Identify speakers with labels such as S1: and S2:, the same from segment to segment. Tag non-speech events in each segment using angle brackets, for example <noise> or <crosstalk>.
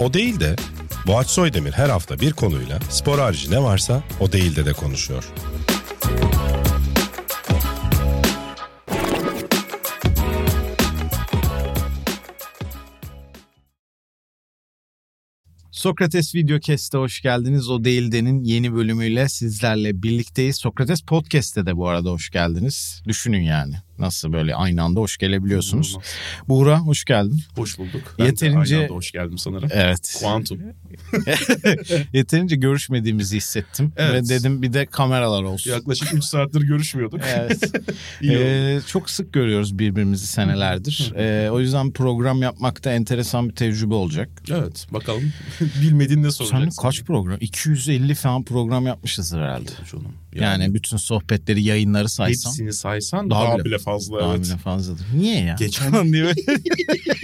S1: O değil de Boğaç Soydemir her hafta bir konuyla spor harici ne varsa o değil de de konuşuyor.
S2: Sokrates Videocast'e hoş geldiniz. O Değilde'nin yeni bölümüyle sizlerle birlikteyiz. Sokrates Podcast'e de bu arada hoş geldiniz. Düşünün yani nasıl böyle aynı anda hoş gelebiliyorsunuz. Buğra hoş geldin.
S3: Hoş bulduk. Ben
S2: Yeterince-
S3: de aynı anda hoş geldim sanırım.
S2: Evet.
S3: Kuantum.
S2: Yeterince görüşmediğimizi hissettim.
S3: <laughs> Evet.
S2: Ve dedim bir de kameralar olsun.
S3: Yaklaşık 3 saattir görüşmüyorduk.
S2: <laughs> Evet.
S3: <laughs> İyi oldu.
S2: Ee, çok sık görüyoruz birbirimizi senelerdir. Ee, o yüzden program yapmakta enteresan bir tecrübe olacak.
S3: Evet bakalım. <laughs> Bilmediğin ne
S2: Sen
S3: soracaksın.
S2: kaç program? 250 falan program yapmışızdır herhalde.
S3: Canım.
S2: Yani, bütün sohbetleri, yayınları saysan.
S3: hepsini saysan
S2: Daha
S3: daha,
S2: bile-
S3: bile, fazla
S2: Daha
S3: evet.
S2: bile fazladır. Niye ya?
S3: Geçen,
S2: diye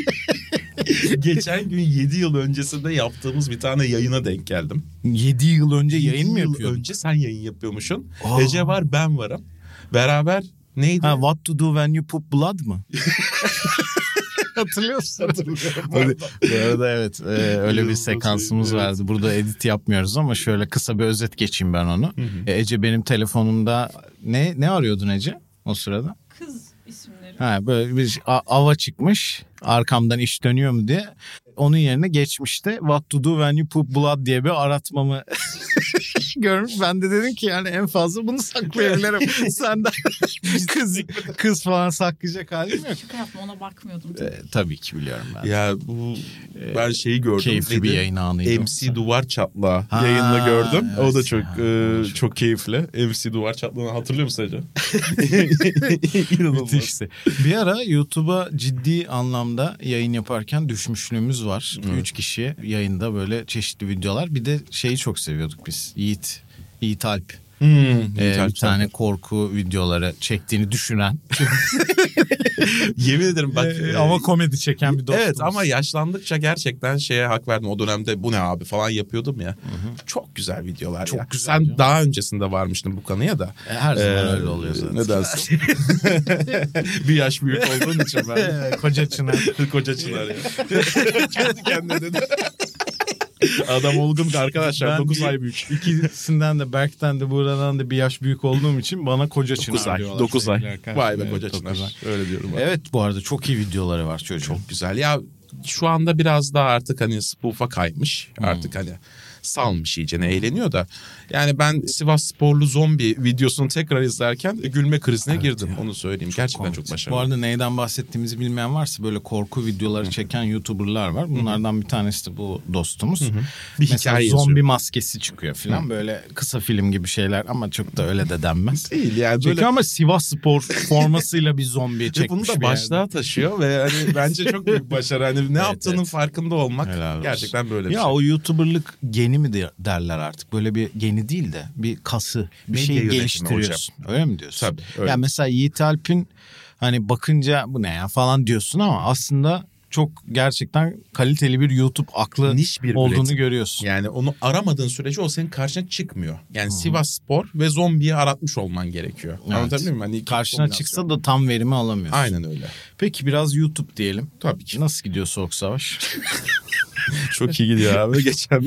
S3: <laughs> geçen gün 7 yıl öncesinde yaptığımız bir tane yayına denk geldim.
S2: 7 yıl önce yayın
S3: Yedi
S2: mı
S3: yıl
S2: yapıyordun?
S3: Önce sen yayın yapıyormuşsun.
S2: Aa.
S3: Ece var ben varım. Beraber neydi? <laughs>
S2: Ha, what to do when you poop blood <laughs> mı? Hatırlıyorsun.
S3: Hatırlıyorum.
S2: Hadi. Bu arada evet e, öyle bir
S3: İnanılmaz
S2: sekansımız
S3: şey, evet.
S2: vardı. Burada edit yapmıyoruz ama şöyle kısa bir özet geçeyim ben onu.
S3: Hı hı.
S2: E, Ece benim telefonumda ne ne arıyordun Ece o sırada?
S4: Kız isimleri.
S2: Ha böyle bir a- ava çıkmış arkamdan iş dönüyor mu diye. Onun yerine geçmişte what to do when you poop blood diye bir aratmamı <laughs> görmüş. Ben de dedim ki yani en fazla bunu saklayabilirim. Senden kız, kız falan saklayacak halim yok.
S4: Şaka yapma ona bakmıyordum.
S2: E, tabii ki biliyorum ben.
S3: Ya bu ben şeyi gördüm.
S2: Keyifli
S3: Neydi?
S2: bir yayın anıydı.
S3: MC Duvar Çatla
S2: Ha,
S3: yayınını gördüm.
S2: evet.
S3: o da çok
S2: Ha,
S3: e,
S2: o da çok-
S3: çok... keyifli. MC Duvar Çatla'nı hatırlıyor musun Ece? <laughs> İnanılmaz.
S2: Müthişti. Bir ara YouTube'a ciddi anlamda yayın yaparken düşmüşlüğümüz var. Üç kişi yayında böyle çeşitli videolar. Bir de şeyi çok seviyorduk biz. Yiğit. Yiğit Alp.
S3: Hmm,
S2: Ee,
S3: Müthişti.
S2: bir tane korku videoları çektiğini düşünen.
S3: <laughs> Yemin ederim bak.
S2: <laughs> Ee,
S3: e,
S2: ama komedi çeken bir dostumuz.
S3: Evet ama yaşlandıkça gerçekten şeye hak verdim. O dönemde bu ne abi falan yapıyordum ya. Çok güzel videolar
S2: Çok
S3: ya.
S2: güzel
S3: Sen
S2: ya.
S3: daha öncesinde varmıştın bu kanıya da.
S2: E, her zaman
S3: Ee,
S2: öyle oluyor zaten.
S3: Ne dersin? <laughs> bir yaş büyük olduğun için ben.
S2: Ee, Koca <laughs> Çınar.
S3: <laughs> Koca çınar ya. Kendi kendine dedi. <laughs> Adam olgun arkadaşlar.
S2: Ben
S3: 9
S2: bir-
S3: ay büyük.
S2: İkisinden de Berk'ten de buradan da bir yaş büyük olduğum için bana Koca Çınar
S3: 9 ay.
S2: diyorlar
S3: 9
S2: sevgili
S3: ay.
S2: arkadaşlar.
S3: Vay be
S2: Evet,
S3: koca
S2: dokuz ay.
S3: çınar. Öyle diyorum. ben.
S2: Evet bu arada çok iyi videoları var çocuğun.
S3: Çok güzel. Ya şu anda biraz daha artık hani spoofa kaymış.
S2: Hmm.
S3: Artık hani salmış iyice ne eğleniyor da. Yani ben Sivas sporlu zombi videosunu tekrar izlerken gülme krizine girdim. Onu söyleyeyim. Gerçekten çok başarılı.
S2: Bu arada neyden bahsettiğimizi bilmeyen varsa böyle korku videoları çeken YouTuber'lar var. Bunlardan bir tanesi de bu dostumuz.
S3: Bir
S2: Mesela
S3: hikaye
S2: zombi
S3: yazıyor.
S2: maskesi çıkıyor falan böyle kısa film gibi şeyler ama çok da öyle de denmez.
S3: değil yani
S2: Çekiyor
S3: böyle
S2: ama Sivas
S3: <laughs>
S2: Spor formasıyla bir zombi
S3: ve
S2: çekmiş
S3: bunu
S2: bir
S3: da
S2: yerde.
S3: başlığa taşıyor ve hani bence çok büyük başarı. Hani ne
S2: <laughs>
S3: yaptığının
S2: evet.
S3: farkında olmak
S2: Helal olsun.
S3: gerçekten böyle bir
S2: Ya
S3: şey.
S2: o YouTuber'lık geni mi de- derler artık? Böyle bir geni değil de bir kası, bir
S3: Medya
S2: şey
S3: yönetimi
S2: geliştiriyorsun. Öyle mi diyorsun?
S3: Tabii, öyle.
S2: Ya mesela Yiğit Alp'in hani bakınca bu ne ya falan diyorsun ama aslında çok gerçekten kaliteli bir YouTube aklı
S3: Niş bir
S2: olduğunu
S3: üretim.
S2: görüyorsun.
S3: Yani onu aramadığın sürece o senin karşına çıkmıyor. Yani Sivas Spor ve zombiyi aratmış olman gerekiyor.
S2: Evet.
S3: Anlatabiliyor muyum? Hani iki
S2: Karşına
S3: kombinasyon.
S2: çıksa da tam verimi alamıyorsun.
S3: Aynen öyle.
S2: <laughs> Peki biraz YouTube diyelim.
S3: Tabii
S2: Nasıl gidiyor Soğuk Savaş? <laughs>
S3: Çok iyi gidiyor <laughs> abi. Geçen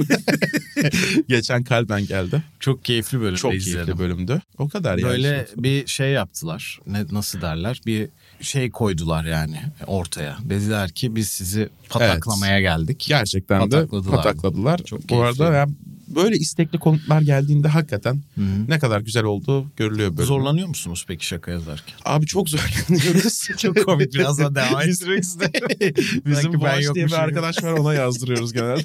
S3: geçen kalben geldi.
S2: Çok keyifli bölüm.
S3: Çok keyifli bölümdü. O kadar yani.
S2: Böyle bir şey yaptılar. Ne nasıl derler? Bir şey koydular yani ortaya. Dediler ki biz sizi pataklamaya geldik.
S3: gerçekten
S2: Patakladılar.
S3: de patakladılar.
S2: Çok
S3: Bu
S2: keyifli.
S3: arada yani böyle istekli konuklar geldiğinde hakikaten ne kadar güzel olduğu görülüyor böyle.
S2: Zorlanıyor musunuz peki şaka <laughs> yazarken?
S3: Abi çok zorlanıyoruz. çok
S2: Komik biraz daha devam etmek istedim.
S3: Bizim
S2: Sanki ben
S3: Boğaç diye
S2: yokmuşum gibi.
S3: bir arkadaş var ona
S2: <laughs>
S3: yazdırıyoruz genelde.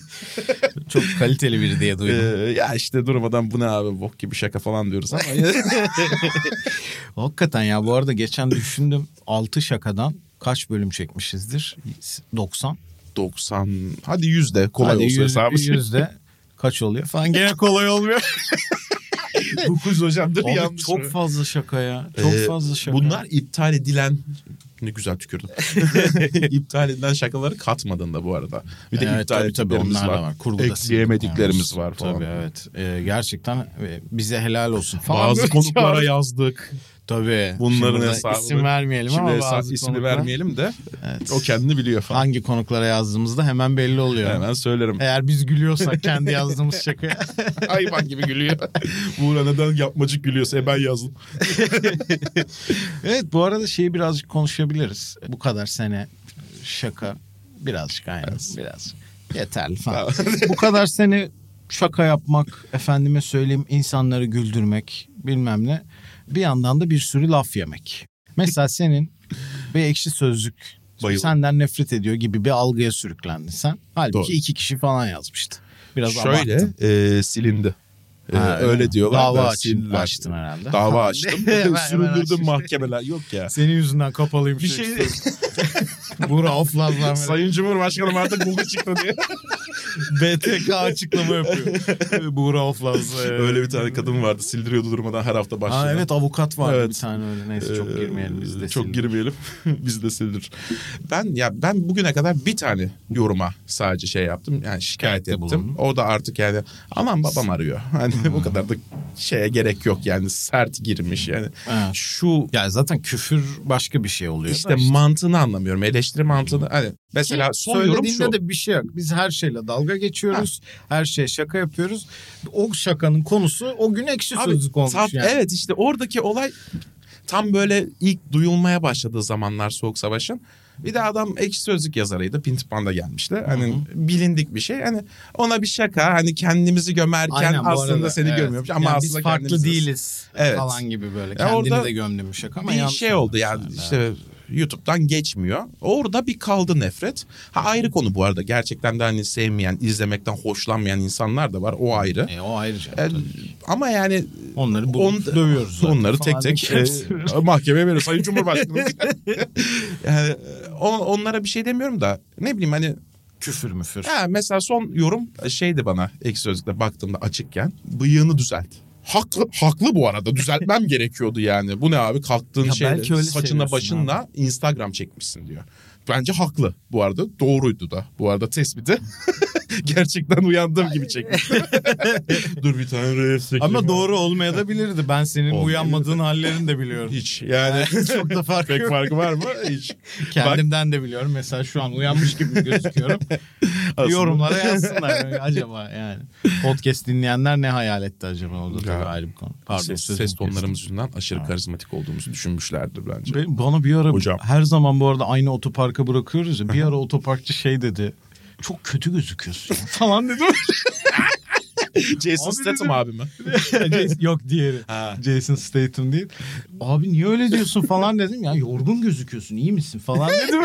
S2: Çok kaliteli biri diye
S3: Ee,
S2: duydum.
S3: ya işte durmadan bu ne abi bok gibi şaka falan diyoruz ama.
S2: <laughs> Hakikaten ya bu arada geçen düşündüm 6 şakadan kaç bölüm çekmişizdir? 90.
S3: 90 hadi 100 de kolay
S2: Hadi
S3: olsun
S2: yüz-
S3: hesabı. <laughs>
S2: yüzde kaç oluyor <laughs> falan gene kolay olmuyor.
S3: 9 hocamdır
S2: Abi
S3: yanlış.
S2: çok
S3: mı?
S2: fazla şaka ya. Çok
S3: Ee,
S2: fazla şaka.
S3: Bunlar iptal edilen ne
S2: <laughs>
S3: güzel tükürdüm. iptal edilen şakaları katmadın da bu arada. Bir de
S2: Evet,
S3: iptal
S2: tabii, tabii,
S3: ettiklerimiz
S2: onlar da
S3: var.
S2: var. Kurguda
S3: Ekleyemediklerimiz
S2: sildik yani.
S3: var falan.
S2: Tabii evet. Ee, gerçekten e, bize helal olsun falan.
S3: Bazı
S2: Böyle
S3: konuklara
S2: çağırdı.
S3: yazdık.
S2: Tabii.
S3: Bunların
S2: Şimdi burada
S3: hesabını-
S2: isim vermeyelim
S3: Şimdi
S2: ama
S3: hesa-
S2: bazı
S3: ismi
S2: konuklar-
S3: vermeyelim de
S2: Evet.
S3: o kendini biliyor falan.
S2: Hangi konuklara yazdığımızda hemen belli oluyor.
S3: Hemen söylerim.
S2: Eğer biz gülüyorsak kendi yazdığımız şakaya.
S3: <laughs> Hayvan gibi gülüyor. Buğra neden yapmacık gülüyorsa e ben yazdım.
S2: evet bu arada şeyi birazcık konuşabiliriz. Bu kadar sene şaka birazcık aynen biraz yeterli falan.
S3: <laughs>
S2: bu kadar sene şaka yapmak, efendime söyleyeyim insanları güldürmek bilmem ne. Bir yandan da bir sürü laf yemek. Mesela senin bir ekşi sözlük
S1: Bayıldım.
S2: senden nefret ediyor gibi bir algıya sürüklendin sen. Halbuki
S3: Doğru.
S2: iki kişi falan yazmıştı. Biraz
S3: Şöyle
S2: abarttın.
S3: e, silindi. E,
S2: Ha,
S3: öyle,
S2: mi?
S3: diyorlar.
S2: Dava
S3: Ben
S2: açtın,
S3: silindiler.
S2: açtın herhalde.
S3: Dava
S2: <laughs>
S3: açtım.
S2: Hemen- hemen açtın.
S3: Süründürdüm mahkemeler. Yok
S2: <laughs>
S3: ya.
S2: Senin yüzünden kapalıyım.
S3: Bir şey
S2: <laughs> Bura oflanlar.
S3: Sayın Cumhurbaşkanım artık Google çıktı diye.
S2: BTK açıklama yapıyor. Buğra Oflaz.
S3: <laughs> Öyle bir tane kadın vardı. Sildiriyordu durmadan her hafta başlıyor.
S2: Ha, şey evet avukat var
S3: Evet.
S2: bir tane öyle. Neyse çok
S3: Ee,
S2: girmeyelim biz de.
S3: Çok
S2: şimdi.
S3: girmeyelim. <laughs> biz de sildir. Ben ya ben bugüne kadar bir tane yoruma sadece şey yaptım. Yani şikayet ettim.
S2: bulundun. Hmm.
S3: O da artık yani anam babam arıyor. <laughs> Hani bu kadar da şeye gerek yok yani sert girmiş yani.
S2: Evet.
S3: Şu
S2: Ya zaten küfür başka bir şey oluyor.
S3: işte mantığını anlamıyorum. Eleştiri mantığını. Hani mesela son yorum
S2: Söylediğinde
S3: şu.
S2: de bir şey yok. Biz her şeyle dalga geçiyoruz. Her şeye şaka yapıyoruz. O şakanın konusu o gün ekşi
S3: Abi,
S2: sözlük olmuş
S3: tam-
S2: yani.
S3: Evet işte oradaki olay tam böyle ilk duyulmaya başladığı zamanlar Soğuk Savaş'ın. Bir de adam ekşi sözlük yazarıydı. Pintipan'da gelmişti. Hani bilindik bir şey. Hani ona bir şaka. Hani kendimizi gömerken
S2: Aynen, bu
S3: aslında
S2: arada,
S3: seni
S2: evet.
S3: görmüyormuş. Ama
S2: Yani
S3: aslında
S2: biz farklı
S3: kendimiziz.
S2: değiliz
S3: Evet.
S2: falan gibi böyle.
S3: Ya
S2: Kendini
S3: orada
S2: de gömdüm şaka ama
S3: Bir
S2: yanlış
S3: şey oldu yani
S2: anlamışlar.
S3: işte YouTube'dan geçmiyor. Orada bir kaldı nefret. Ha ayrı konu bu arada. Gerçekten de hani sevmeyen, izlemekten hoşlanmayan insanlar da var. O ayrı.
S2: E, o ayrıca.
S3: E, ama yani
S2: Onları bulup
S3: On-
S2: dövüyoruz. zaten
S3: Onları tek
S2: falan. şey
S3: tek e, <laughs> mahkemeye veriyor. Sayın Cumhurbaşkanı.
S2: <laughs>
S3: yani, e, on- onlara bir şey demiyorum da ne bileyim hani
S2: küfür müfür.
S3: ha, mesela son yorum şeydi bana ek sözlükte baktığımda açıkken bıyığını düzelt. Haklı, haklı bu arada düzeltmem <laughs> gerekiyordu yani. Bu ne abi kalktığın
S2: Ya
S3: şeyle
S2: belki öyle
S3: saçına
S2: seviyorsun
S3: başınla Instagram çekmişsin diyor. Bence haklı bu arada doğruydu da bu arada tespiti. <laughs> Gerçekten uyandığım gibi çekmiş.
S2: <laughs>
S3: Dur bir tane reyes
S2: Ama doğru olmaya da bilirdi. Ben senin
S3: Olmayabilir.
S2: uyanmadığın hallerini de biliyorum.
S3: Hiç yani <laughs>
S2: Çok da farkı
S3: pek
S2: yok.
S3: farkı <laughs> var mı? Hiç.
S2: Kendimden de biliyorum. Mesela şu an uyanmış gibi <laughs> gözüküyorum.
S3: Aslında-
S2: Yorumlara yazsınlar. acaba yani. Podcast dinleyenler ne hayal etti acaba? O da
S3: Ya.
S2: tabii ayrı bir konu. Pardon.
S3: ses,
S2: sözünü
S3: ses
S2: kestim.
S3: tonlarımız yüzünden aşırı karizmatik olduğumuzu düşünmüşlerdir bence.
S2: Benim- Bana bir ara
S3: Hocam.
S2: her zaman bu arada aynı otoparka bırakıyoruz ya. Bir ara otoparkçı şey dedi. Çok kötü gözüküyorsun. ya." Falan dedim. Abi
S3: Jason
S2: dedim-
S3: Statham abi mi?
S2: Jason- <laughs> Yok diğeri.
S3: Ha.
S2: Jason Statham değil. Abi niye öyle diyorsun falan dedim. Ya yorgun gözüküyorsun iyi misin falan
S3: <laughs>
S2: dedim.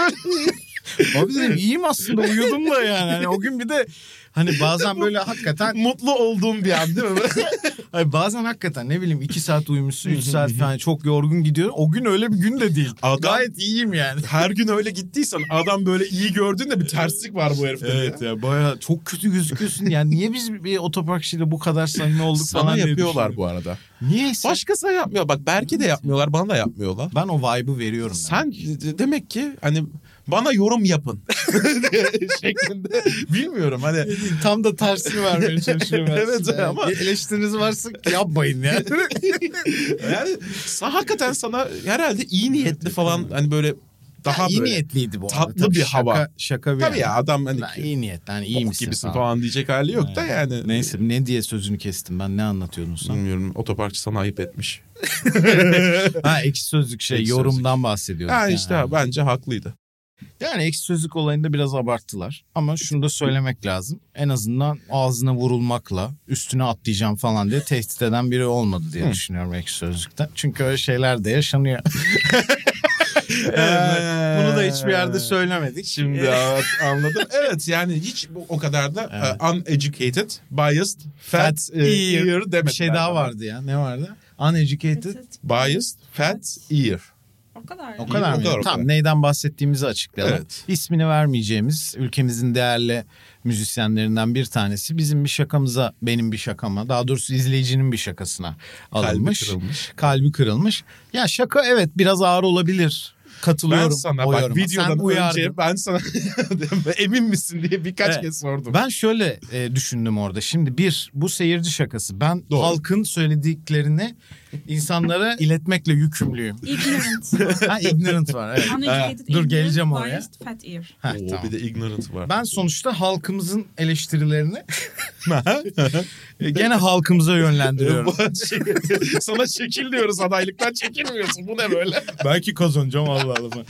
S2: Abi dedim iyiyim aslında uyudum da yani. Hani o gün bir de hani bazen böyle hakikaten
S3: Mutlu olduğum bir an
S2: <laughs>
S3: değil mi?
S2: hani bazen hakikaten ne bileyim iki saat uyumuşsun 3 saat falan çok yorgun gidiyor. O gün öyle bir gün de değil.
S3: Adam-
S2: Gayet iyiyim yani.
S3: Her gün öyle gittiysen adam böyle iyi gördüğünde bir terslik var bu herifte.
S2: Evet ya baya çok kötü gözüküyorsun yani niye biz bir otoparkçıyla bu kadar samimi olduk
S3: Sana
S2: falan diye
S3: yapıyorlar
S2: düşünüyorum.
S3: bu arada.
S2: Niyeyse
S3: Başkası da yapmıyor. Bak belki de yapmıyorlar bana da yapmıyorlar.
S2: ben o vibe'ı veriyorum.
S3: Sen demek ki hani bana yorum yapın şeklinde. Bilmiyorum hani
S2: <laughs> Tam da tersini vermeye çalışıyorum. ben
S3: <laughs> <laughs> Evet,
S2: size.
S3: ama-
S2: Bir eleştiriniz varsa yapmayın
S3: <laughs>
S2: yani.
S3: yani sa- hakikaten sana herhalde iyi niyetli falan hani böyle daha
S2: iyi
S3: böyle
S2: niyetliydi bu arada.
S3: tatlı
S2: Tabii
S3: bir
S2: şaka,
S3: hava.
S2: Şaka bir
S3: Tabii ya
S2: yani.
S3: adam hani
S2: Lan iyi niyet hani iyi
S3: bok
S2: misin
S3: gibisin
S2: falan.
S3: falan. diyecek hali yok da yani.
S2: Neyse ne diye sözünü kestim ben ne anlatıyordun sen?
S3: Bilmiyorum otoparkçı sana ayıp etmiş.
S2: ha ekşi sözlük şey
S3: Ekşi
S2: yorumdan bahsediyoruz.
S3: Ha işte bence haklıydı.
S2: Yani ekşi sözlük olayında biraz abarttılar. Ama şunu da söylemek lazım. En azından ağzına vurulmakla üstüne atlayacağım falan diye tehdit eden biri olmadı diye düşünüyorum ekşi sözlükte. Çünkü öyle şeyler de yaşanıyor.
S3: <laughs>
S2: <laughs> Ee, Bunu da hiçbir yerde söylemedik.
S3: Ee, <laughs> Şimdi a- anladım. Evet yani hiç bu- o kadar da e, uneducated, biased, fat,
S2: Fat
S3: e,
S2: ear.
S3: ear,
S2: bir
S3: demediler
S2: şey daha
S3: bana.
S2: vardı ya. Ne vardı? Uneducated.
S3: Biased, fat, ear.
S4: O kadar.
S2: O
S4: yani.
S2: kadar
S3: o
S2: mı?
S3: kadar, o
S2: Tamam
S3: kadar.
S2: neyden bahsettiğimizi açıklayalım.
S3: Evet.
S2: İsmini vermeyeceğimiz ülkemizin değerli müzisyenlerinden bir tanesi bizim bir şakamıza, benim bir şakama, daha doğrusu izleyicinin bir şakasına alınmış.
S3: kırılmış.
S2: Kalbi kırılmış. Ya şaka evet biraz ağır olabilir. Katılıyorum.
S3: Ben sana
S2: o
S3: bak
S2: yoruma. Sen
S3: videodan
S2: uyardın.
S3: önce ben sana <laughs> emin misin diye birkaç
S2: Evet.
S3: kez sordum.
S2: Ben şöyle e, düşündüm orada. Şimdi bir bu seyirci şakası. Ben
S3: Doğru.
S2: halkın söylediklerini
S3: <laughs>
S2: insanlara iletmekle yükümlüyüm. <laughs>
S4: Ignorant.
S2: Ha ignorant var evet.
S4: Uneducated
S2: Dur, geleceğim
S4: ignorant,
S2: oraya.
S4: biased, Fat ear.
S2: Ha,
S3: Oo,
S2: tamam.
S3: Bir de ignorant var.
S2: Ben sonuçta halkımızın
S3: <laughs>
S2: eleştirilerini <laughs> gene halkımıza yönlendiriyorum.
S3: <laughs> Sana çekil diyoruz adaylıktan çekilmiyorsun. Bu ne böyle?
S2: Belki kazanacağım Allah Allah.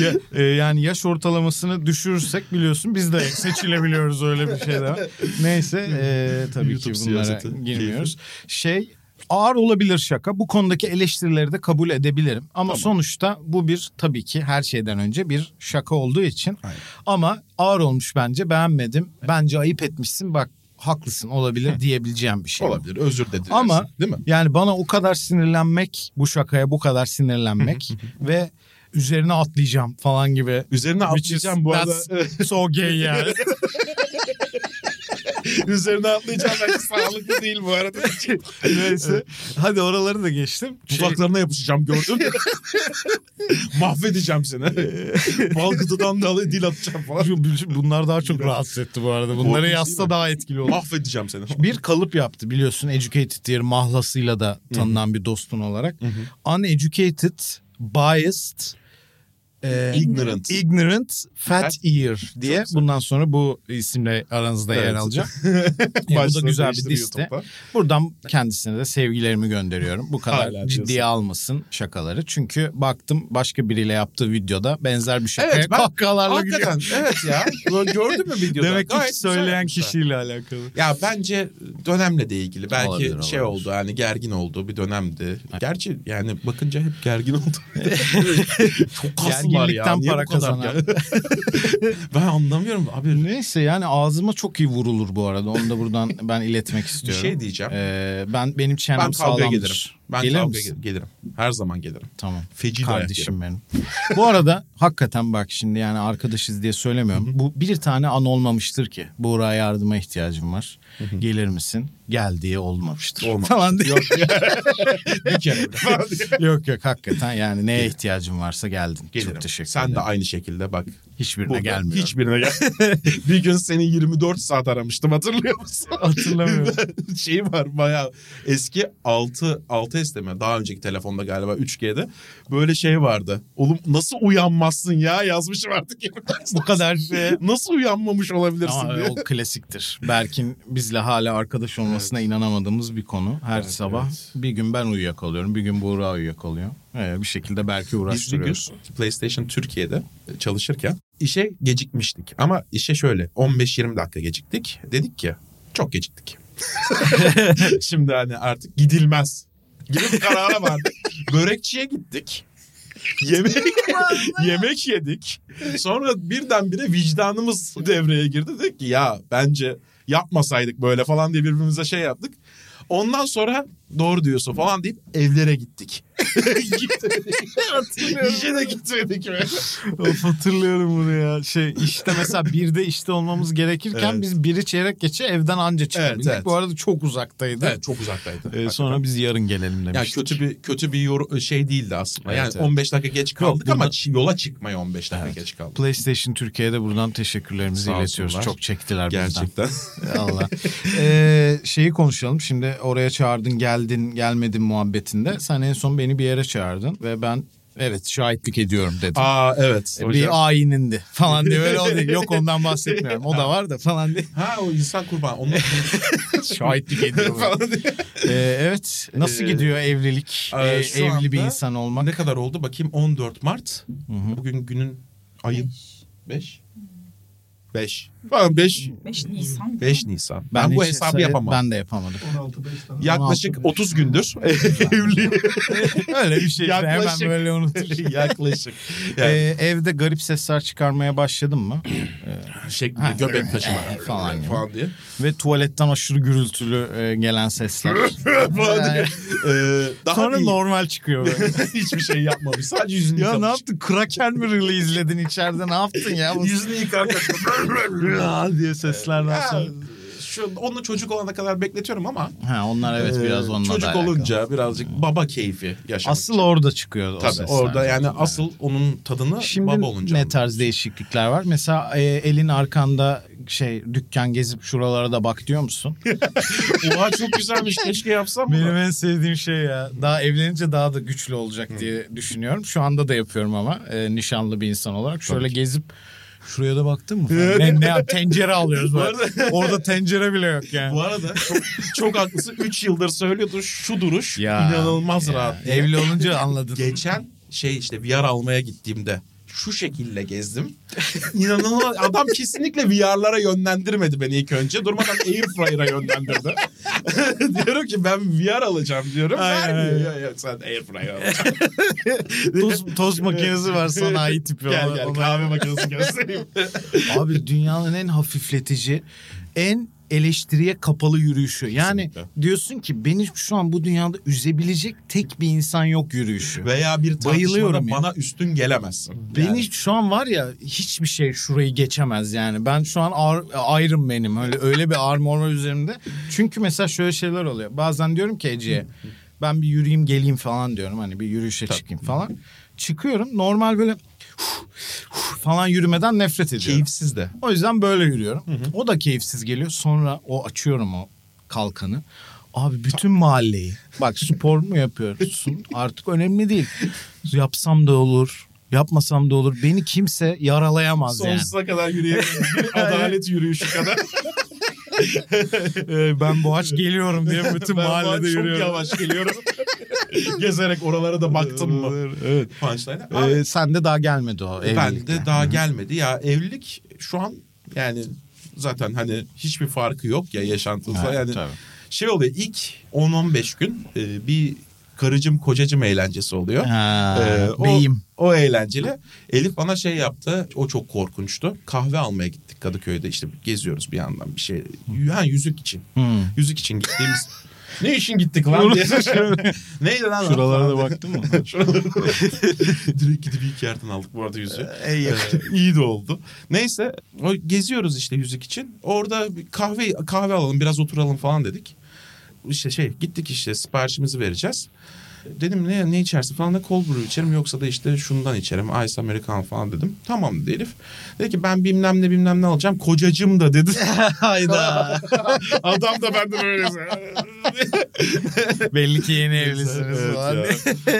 S2: Ya, e, yani yaş ortalamasını düşürürsek biliyorsun biz de seçilebiliyoruz öyle bir şey de var. Neyse e, tabii
S3: YouTube
S2: ki bunlara
S3: siyaseti,
S2: girmiyoruz. Şey ağır olabilir şaka. Bu konudaki eleştirileri de kabul edebilirim. Ama sonuçta bu bir tabii ki her şeyden önce bir şaka olduğu için. Ama ağır olmuş bence beğenmedim. Bence ayıp etmişsin bak haklısın olabilir diyebileceğim bir şey. bu.
S3: Olabilir özür de
S2: Ama-
S3: Ama... değil mi?
S2: Yani bana o kadar sinirlenmek, bu şakaya bu kadar <laughs> sinirlenmek ve üzerine atlayacağım falan <laughs> gibi.
S3: Üzerine
S2: Which is-
S3: atlayacağım bu arada.
S2: that's so gay yani.
S3: Üzerine atlayacağım <laughs> belki sağlıklı değil bu <laughs> arada.
S2: Neyse. Hadi oraları da geçtim. Şey,
S3: Uzaklarına yapışacağım gördün <laughs> mü? Mahvedeceğim <laughs> seni. Bal gıdıdan da alayım, dil atacağım falan.
S2: bunlar daha çok rahatsız etti bu arada.
S3: Korkunç
S2: Bunları
S3: değil
S2: yazsa
S3: mi?
S2: daha etkili olur.
S3: Mahvedeceğim seni.
S2: Bir kalıp yaptı biliyorsun educated diye mahlasıyla da tanınan bir dostun olarak. Uneducated, biased, e,
S3: Ignorant.
S2: Ignorant Fat
S3: Fat
S2: Ear diye
S3: güzel.
S2: bundan sonra bu isimle aranızda yer
S3: Evet. <laughs>
S2: alacak. Yani bu da
S3: Başlığı
S2: güzel bir
S3: değiştir
S2: liste.
S3: YouTube'da.
S2: Buradan kendisine de sevgilerimi gönderiyorum. Bu kadar
S3: Hala diyorsun.
S2: ciddiye almasın şakaları. Çünkü baktım başka biriyle yaptığı videoda benzer bir şakaya
S3: Evet, ben-
S2: kahkahalarla gülüyor.
S3: Hakikaten evet ya. Gördün mü videoda?
S2: <laughs> Demek ki
S3: Gayet güzel
S2: söyleyen
S3: yapmışlar.
S2: kişiyle alakalı.
S3: Ya bence dönemle de ilgili. Belki
S2: Olabilir,
S3: şey
S2: olabilir.
S3: oldu yani gergin olduğu bir dönemdi. Gerçi yani bakınca hep
S2: <laughs>
S3: gergin oldu. Çok kaslılar ya.
S2: Gerginlikten
S3: Niye bu
S2: para
S3: kadar
S2: kazanan.
S3: gergin? <laughs> ben anlamıyorum abi.
S2: Neyse yani ağzıma çok iyi vurulur bu arada. Onu da
S3: <laughs>
S2: buradan ben iletmek
S3: Bir
S2: istiyorum.
S3: şey diyeceğim.
S2: Ee, ben benim çenem
S3: ben kavgaya
S2: sağlamdır.
S3: gelirim. Ben
S2: Gelir
S3: kavgaya
S2: misin?
S3: gel- gelirim. Her zaman gelirim.
S2: Tamam.
S3: Feci dayak yerim.
S2: kardeşim benim. Bu arada hakikaten bak şimdi yani arkadaşız diye söylemiyorum. Bu bir tane an olmamıştır ki. Buğra'ya yardıma ihtiyacım var. Gelir misin? Gel diye olmamıştır.
S3: Olmamıştır.
S2: Falan diye. Yok.
S3: Bir kere
S2: <laughs>
S3: bile.
S2: yok hakikaten yani neye ihtiyacım varsa geldin.
S3: Gelirim.
S2: Çok teşekkür
S3: Sen de
S2: ederim.
S3: aynı şekilde bak.
S2: Hiçbirine
S3: Burada
S2: gelmiyor.
S3: Hiçbirine gel. <laughs> bir gün seni 24 saat aramıştım hatırlıyor musun?
S2: hatırlamıyorum.
S3: <laughs> şey var bayağı eski 6 6S de mi? Daha önceki telefonda galiba 3G'de böyle şey vardı. Oğlum nasıl uyanmazsın ya yazmışım artık.
S2: Bu kadar şey.
S3: nasıl uyanmamış olabilirsin
S2: Ama
S3: diye.
S2: <laughs> o klasiktir. Berk'in bizle hala arkadaş olmasına inanamadığımız bir konu. Her sabah
S3: evet.
S2: bir gün ben uyuyakalıyorum, bir gün Buğra uyuyakalıyor. Ee, bir şekilde Berk'i
S3: Biz bir gün
S2: uğraştırıyoruz.
S3: PlayStation Türkiye'de e, çalışırken işe gecikmiştik. Ama işe şöyle 15-20 dakika geciktik. Dedik ki çok geciktik. Şimdi hani artık gidilmez gibi bir karara vardık. Börekçiye gittik. Yemek, yemek yedik. Sonra birdenbire vicdanımız devreye girdi. Dedik ki ya bence yapmasaydık böyle falan diye birbirimize şey yaptık. Ondan sonra doğru diyorsun falan deyip evlere gittik. İşe de gitmedik mi?
S2: <laughs> Of hatırlıyorum bunu ya. Şey işte mesela birde işte olmamız gerekirken
S3: Evet.
S2: biz biri çeyrek geçe evden anca çıkabildik.
S3: Evet, evet.
S2: Bu arada çok uzaktaydı.
S3: Evet çok uzaktaydı.
S2: Ee, sonra biz yarın gelelim
S3: ya
S2: demiştik.
S3: kötü bir kötü bir yor- şey değildi aslında.
S2: Evet,
S3: yani
S2: evet.
S3: 15 dakika geç kaldık
S2: Yok,
S3: ama
S2: burada-
S3: çi- yola çıkmaya 15 dakika geç kaldık.
S2: PlayStation Türkiye'de buradan teşekkürlerimizi
S3: Sağ
S2: iletiyoruz.
S3: olsunlar.
S2: Çok çektiler bizden. <laughs>
S3: Gerçekten.
S2: Allah. Ee, şeyi konuşalım. Şimdi oraya çağırdın, geldin, gelmedin muhabbetinde. Sen en son beni bir yere çağırdın ve ben evet şahitlik ediyorum dedim. E,
S3: Aa evet. hocam.
S2: bir ayinindi falan diye böyle
S3: <laughs>
S2: oldu. Yok ondan bahsetmiyorum. O da var da falan diye.
S3: Ha o insan kurban. Onu
S2: <laughs> Şahitlik ediyorum.
S3: falan diye.
S2: Ee, evet. Nasıl
S3: Ee,
S2: gidiyor evlilik?
S3: e,
S2: Ee,
S3: şu
S2: evli bir
S3: anda-
S2: insan
S3: ne
S2: olmak.
S3: kadar oldu bakayım 14 Mart.
S2: hı.
S3: Bugün günün ayı
S4: Beş-
S3: 5. 5. Falan 5.
S4: Beş Nisan.
S3: 5 Nisan. Ben, bu
S2: hiç
S3: hesabı
S2: hesa-
S3: yapamam.
S2: Ben de yapamadım. <laughs>
S3: Yaklaşık 30 gündür evliyim.
S2: Öyle bir şey. işte, Hemen
S3: Yaklaşık.
S2: böyle unutur.
S3: <laughs> Yaklaşık. Yani,
S2: Ee, evde garip sesler çıkarmaya başladın mı?
S3: şeklinde
S2: ha,
S3: Şey, göbek taşıma
S2: <laughs> falan
S3: falan,
S2: gibi. <laughs>
S3: falan diye.
S2: Ve tuvaletten aşırı gürültülü e, gelen sesler.
S3: <laughs> Falan diye. Ee, daha
S2: Sonra
S3: iyi.
S2: normal çıkıyor <laughs> böyle.
S3: <laughs> Hiçbir şey yapmamış. Sadece yüzünü
S2: ya ne
S3: yıkamış.
S2: yaptın? Kraken mi rılı izledin içeride? Ne yaptın ya? Bu
S3: Yüzünü yıkarken. <laughs>
S2: "Aa" diye seslerden
S3: Ya,
S2: sonra.
S3: Şu, onu çocuk olana kadar bekletiyorum ama
S2: Ha onlar evet
S3: e,
S2: biraz onunla da
S3: çocuk
S2: alakalı.
S3: olunca birazcık baba keyfi yaşamak
S2: Asıl
S3: için.
S2: orada çıkıyor o
S3: Tabii
S2: sesler.
S3: orada yani
S2: zaten,
S3: asıl onun tadını
S2: Şimdi
S3: baba olunca.
S2: ne
S3: anlıyor.
S2: tarz değişiklikler var? Mesela e, elin arkanda şey dükkan gezip şuralara da bak diyor <laughs> musun?
S3: <laughs> Oha çok
S2: <laughs>
S3: güzelmiş keşke yapsam mı?
S2: Benim en sevdiğim şey ya. Daha evlenince daha da güçlü olacak diye düşünüyorum. Şu anda da yapıyorum ama e, nişanlı bir insan olarak. Şöyle gezip şuraya da baktın <laughs> mı? falan? ne, ne yap- tencere alıyoruz
S3: Bu
S2: böyle.
S3: arada-
S2: Orada tencere bile yok yani.
S3: Bu arada çok, çok haklısın. 3 yıldır söylüyordu şu duruş
S2: Ya,
S3: inanılmaz
S2: ya.
S3: rahat.
S2: Evli olunca anladın.
S3: Geçen şey işte VR almaya gittiğimde şu şekilde gezdim. İnanılmaz. Adam kesinlikle VR'lara yönlendirmedi beni ilk önce. Durmadan Airfryer'a yönlendirdi. <laughs> diyorum ki ben VR alacağım diyorum.
S2: Aynen,
S3: Vermiyor. Yok, yok, sen Airfryer alacaksın.
S2: toz, toz makinesi var sanayi tipi.
S3: gel
S2: Ona-
S3: gel
S2: ona-
S3: kahve makinesi göstereyim.
S2: Abi dünyanın en hafifletici, en eleştiriye kapalı yürüyüşü. Yani
S3: Kesinlikle.
S2: diyorsun ki beni şu an bu dünyada üzebilecek tek bir insan yok yürüyüşü.
S3: Veya bir tartışmada
S2: Bayılıyorum ya.
S3: bana üstün gelemezsin.
S2: Beni şu an var ya hiçbir şey şurayı geçemez yani. Ben şu an ar- Iron benim öyle öyle bir armor var üzerimde. Çünkü mesela şöyle şeyler oluyor. Bazen diyorum ki Ece'ye ben bir yürüyeyim geleyim falan diyorum. Hani bir yürüyüşe çıkayım falan. Çıkıyorum normal böyle falan yürümeden nefret ediyorum.
S3: Keyifsiz de.
S2: O yüzden böyle yürüyorum. O da keyifsiz geliyor. Sonra o açıyorum o kalkanı. Abi bütün mahalleyi. Bak spor mu yapıyorsun? Artık önemli değil. Yapsam da olur. Yapmasam da olur. Beni kimse yaralayamaz yani.
S3: Sonsuza kadar yürüyebilirim. <laughs> Bir adalet yürüyüşü kadar.
S2: Ee, ben boğaç geliyorum <laughs> diye bütün
S3: Ben
S2: mahallede
S3: bana çok
S2: yürüyorum.
S3: yavaş geliyorum. <laughs> Gezerek oralara da baktın mı?
S2: Evet.
S3: Punchline'a.
S2: Ee,
S3: Abi,
S2: sen de daha gelmedi o
S3: ben
S2: evlilikte.
S3: de daha gelmedi. Ya evlilik şu an yani zaten hani hiçbir farkı yok ya yaşantımızda.
S2: Evet,
S3: yani
S2: tabii.
S3: şey oluyor ilk 10-15 gün e, bir karıcım kocacım eğlencesi oluyor.
S2: Ha,
S3: Ee, o,
S2: beyim.
S3: O eğlenceli. Elif bana şey yaptı. O çok korkunçtu. Kahve almaya gittik Kadıköy'de. işte geziyoruz bir yandan bir şey. Ha, yüzük için.
S2: Hmm.
S3: Yüzük için gittiğimiz... ne işin gittik
S2: <laughs>
S3: lan diye. Neydi lan?
S2: Şuralara da
S3: bak.
S2: baktın mı?
S3: <laughs> Direkt gidip ilk yerden aldık bu arada yüzüğü. Ee,
S2: Ey,
S3: iyi de oldu. Neyse o geziyoruz işte yüzük için. Orada bir kahve kahve alalım biraz oturalım falan dedik. İşte şey gittik işte siparişimizi vereceğiz. Dedim ne ne içersin falan da cold brew içerim yoksa da işte şundan içerim ice americano falan dedim. Tamam dedi Elif. Dedi ki ben bilmem ne bilmem ne alacağım kocacım
S2: <laughs>
S3: da dedi.
S2: <laughs> Hayda.
S3: Adam da benden öyle.
S2: Belli ki yeni evlisiniz
S3: Evet
S2: falan.
S3: ya.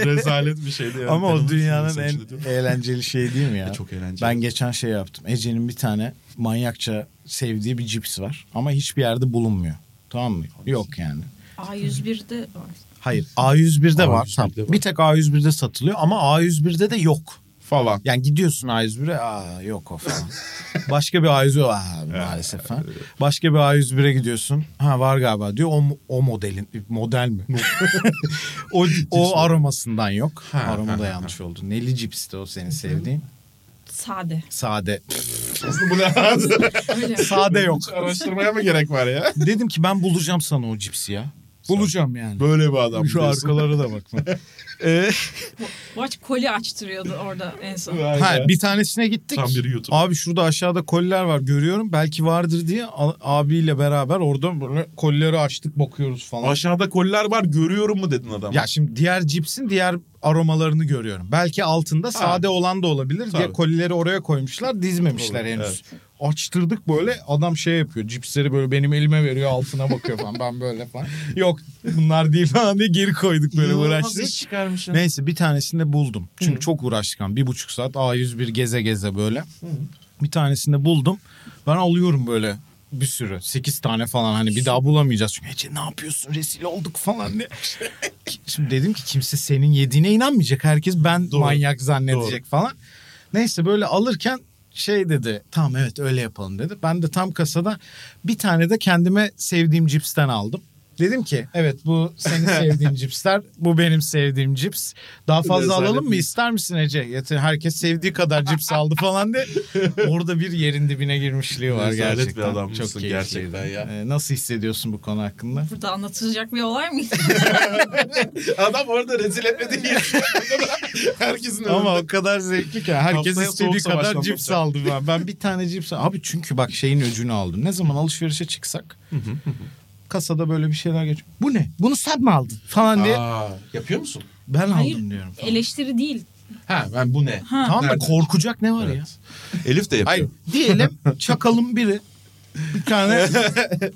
S3: Rezalet bir şeydi. yani.
S2: Ama o
S3: Kanımın
S2: dünyanın
S3: saçını
S2: en
S3: saçını.
S2: eğlenceli şey değil mi ya?
S3: E, çok eğlenceli.
S2: Ben geçen şey yaptım. Ece'nin bir tane manyakça sevdiği bir cips var. Ama hiçbir yerde bulunmuyor. Tamam mı? Yok yani.
S4: A101'de var.
S2: Hayır. A101'de var.
S3: A101'de
S2: Tamam.
S3: var.
S2: Bir tek A101'de satılıyor ama A101'de de yok.
S3: falan.
S2: Yani gidiyorsun A101'e aa yok o falan. Başka bir A101 aa, maalesef ha. Başka bir A101'e gidiyorsun. Ha var galiba diyor. O, o modelin model mi? <laughs> o, o aromasından yok.
S3: Ha,
S2: Aroma
S3: ha,
S2: da
S3: ha,
S2: yanlış oldu. Neli cipsti o senin sevdiğin.
S4: Sade.
S2: Sade.
S3: Aslında bu ne?
S4: <laughs> Öyle.
S2: Sade yok.
S3: Hiç araştırmaya mı gerek var ya?
S2: Dedim ki ben bulacağım sana o cipsi ya. Bulacağım yani.
S3: <laughs> Böyle bir adam.
S2: Şu
S3: diyorsun.
S2: arkalara da bakma.
S4: Watch koli açtırıyordu orada en son.
S2: <laughs>
S3: Vay
S2: ha,
S3: be.
S2: bir tanesine gittik.
S3: Tam bir YouTube.
S2: Abi şurada aşağıda koliler var görüyorum. Belki vardır diye a- abiyle beraber orada böyle kolileri açtık bakıyoruz falan.
S3: Aşağıda koller var görüyorum mu dedin adam.
S2: ya şimdi diğer cipsin diğer aromalarını görüyorum. Belki altında sade olan da olabilir diye
S3: Tabii.
S2: kolileri oraya koymuşlar dizmemişler
S3: Olur,
S2: henüz. Açtırdık böyle adam şey yapıyor cipsleri böyle benim elime veriyor altına bakıyor falan ben böyle falan. Yok bunlar değil falan diye geri koyduk böyle uğraştık.
S3: şey. çıkarmışsın.
S2: Neyse bir tanesini de buldum. Çünkü çok uğraştık. ama Bir buçuk saat A101 geze geze böyle. Bir tanesini de buldum. Ben alıyorum böyle bir sürü. Sekiz tane falan hani bir daha bulamayacağız. Çünkü Ece ne yapıyorsun rezil olduk falan diye. Şimdi dedim ki kimse senin yediğine inanmayacak. Herkes ben
S3: Doğru.
S2: manyak zannedecek falan. Neyse böyle alırken şey dedi. Tamam evet öyle yapalım dedi. Ben de tam kasada bir tane de kendime sevdiğim cipsten aldım. Dedim ki evet bu senin
S3: <laughs>
S2: sevdiğin cipsler bu benim sevdiğim cips. Daha fazla
S3: Rezalet
S2: alalım mı
S3: bir-
S2: ister misin Ece? Yeter herkes sevdiği kadar cips aldı falan
S3: <laughs>
S2: de orada bir yerin dibine girmişliği var
S3: Rezalet bir
S2: gerçekten.
S3: adammışsın
S2: keyifliydi.
S3: gerçekten ya.
S2: Ee, Nasıl hissediyorsun bu konu hakkında?
S4: Burada anlatılacak bir olay mıydı?
S3: Adam orada rezil etmedi diye. Herkesin
S2: Ama
S3: önünde.
S2: o kadar zevkli ki. Herkes
S3: Haftaya
S2: istediği
S3: soğuk savaş
S2: kadar
S3: lan
S2: cips
S3: olacak.
S2: aldı. Ben. ben bir tane cips aldım. Abi çünkü bak şeyin öcünü aldım. Ne zaman alışverişe çıksak kasada böyle bir şeyler geçiyor. Bu ne? Bunu sen mi aldın? Falan diye.
S3: Aa, yapıyor musun?
S2: Ben aldım
S4: Hayır.
S2: diyorum. falan.
S4: Eleştiri değil.
S3: Ha ben bu ne?
S4: Ha.
S2: Tamam da
S3: Nereden?
S2: korkacak ne var ya? <laughs>
S3: Evet. Elif de yapıyor.
S2: Hayır diyelim çakalın biri bir tane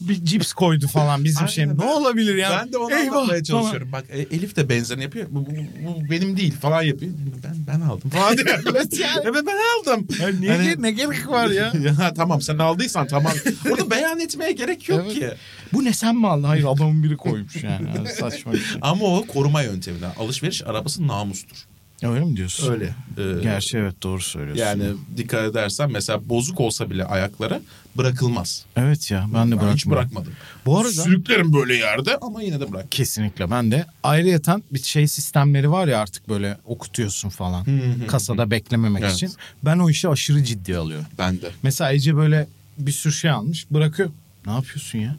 S2: bir cips koydu falan bizim
S3: Aynen,
S2: şeyim. Ne
S3: ben-
S2: olabilir yani?
S3: Ben de onu
S2: Eyvah,
S3: anlatmaya
S2: falan.
S3: çalışıyorum. Bak e, Elif de benzerini yapıyor. Bu, bu- bu benim değil falan yapıyor. Ben ben aldım falan diyor.
S2: Evet yani.
S3: Evet ben aldım.
S2: Ya niye
S3: Hani-
S2: ge- ne gerek var ya?
S3: <laughs> ya tamam sen aldıysan tamam. Bunu beyan etmeye gerek yok
S2: Evet.
S3: ki.
S2: <laughs> Bu ne sen mi aldın? Hayır adamın biri koymuş yani. yani saçma bir şey.
S3: Ama o koruma yöntemi. Alışveriş arabası namustur.
S2: Öyle mi diyorsun?
S3: Öyle. Ee,
S2: Gerçi evet doğru söylüyorsun.
S3: yani dikkat edersen mesela bozuk olsa bile ayaklara bırakılmaz.
S2: Evet ya ben de
S3: Ben
S2: bırakmam.
S3: hiç bırakmadım.
S2: Bu arada
S3: Sürüklerim böyle yerde ama yine de bırak.
S2: kesinlikle ben de. Ayrıyeten bir şey sistemleri var ya artık böyle okutuyorsun falan. Kasada beklememek
S3: Evet.
S2: için. Ben o işi aşırı ciddi alıyorum.
S3: Ben de.
S2: Mesela Ece böyle bir sürü şey almış bırakıyor. Ne yapıyorsun ya?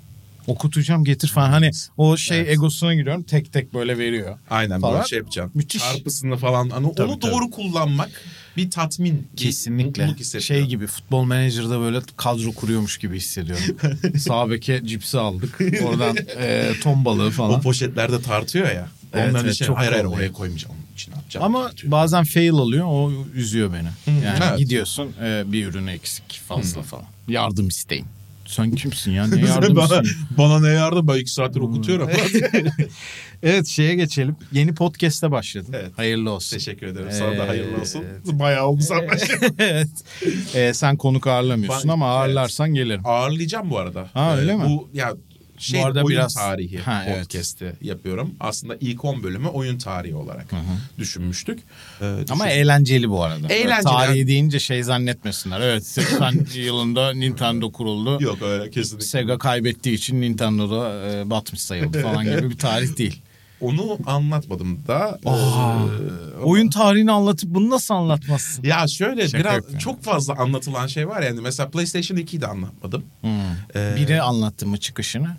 S2: Okutacağım getir falan. Hani o şey
S3: Evet.
S2: egosuna giriyorum tek tek böyle veriyor.
S3: Aynen
S2: Falan.
S3: böyle şey yapacaksın.
S2: Müthiş.
S3: Çarpısını falan. Hani
S2: Tabii,
S3: onu
S2: tabii.
S3: doğru kullanmak bir tatmin. bir
S2: Kesinlikle.
S3: mutluluk hissettiriyor.
S2: Şey gibi futbol menajerde böyle kadro kuruyormuş gibi
S3: <laughs>
S2: hissediyorum. Sağ beke cipsi aldık. Oradan e, ton balığı
S3: O
S2: falan.
S3: poşetlerde tartıyor ya.
S2: Evet,
S3: onların
S2: evet,
S3: için
S2: çok
S3: hayır hayır
S2: oluyor.
S3: oraya koymayacağım. Onun için atacağım.
S2: Ama
S3: tartıyor.
S2: bazen fail alıyor o üzüyor beni. Yani
S3: Evet.
S2: gidiyorsun e, bir ürün eksik fazla falan. Yardım isteyin. Sen kimsin ya?
S3: <laughs>
S2: Ne yardım
S3: bana,
S2: isteyin?
S3: bana ne yardım ben iki
S2: <laughs>
S3: saattir okutuyorum.
S2: Evet şeye geçelim. Yeni podcast'e başladın.
S3: Evet.
S2: Hayırlı olsun.
S3: Teşekkür ederim. Sana
S2: Ee,
S3: da hayırlı olsun.
S2: Evet.
S3: Bayağı oldu sen
S2: <laughs> evet. Ee, sen konuk ağırlamıyorsun
S3: Ben-
S2: ama ağırlarsan gelirim.
S3: Ağırlayacağım bu arada. Ee,
S2: Ha, öyle mi?
S3: Bu ya şey
S2: Bu arada
S3: oyun
S2: biraz-
S3: tarihi
S2: Ha, evet.
S3: podcast'i yapıyorum. Aslında ilk 10 bölümü oyun tarihi olarak düşünmüştük. Ee,
S2: Ama
S3: düşün-
S2: eğlenceli bu arada. Böyle
S3: Eğlenceli.
S2: Tarihi deyince şey zannetmesinler. Evet
S3: <laughs>
S2: 80 yılında Nintendo kuruldu.
S3: e- yok öyle kesinlikle.
S2: Sega kaybettiği için Nintendo'da e, batmış
S3: <laughs>
S2: sayıldı falan gibi bir tarih değil.
S3: Onu anlatmadım da.
S2: Aa.
S3: Ee,
S2: Oyun tarihini anlatıp bunu nasıl anlatmazsın?
S3: Ya şöyle
S2: Şaka
S3: biraz
S2: yapıyorum.
S3: çok fazla anlatılan şey var yani mesela PlayStation 2'yi de anlatmadım.
S2: Hmm.
S3: Ee,
S2: Biri anlattı mı çıkışını?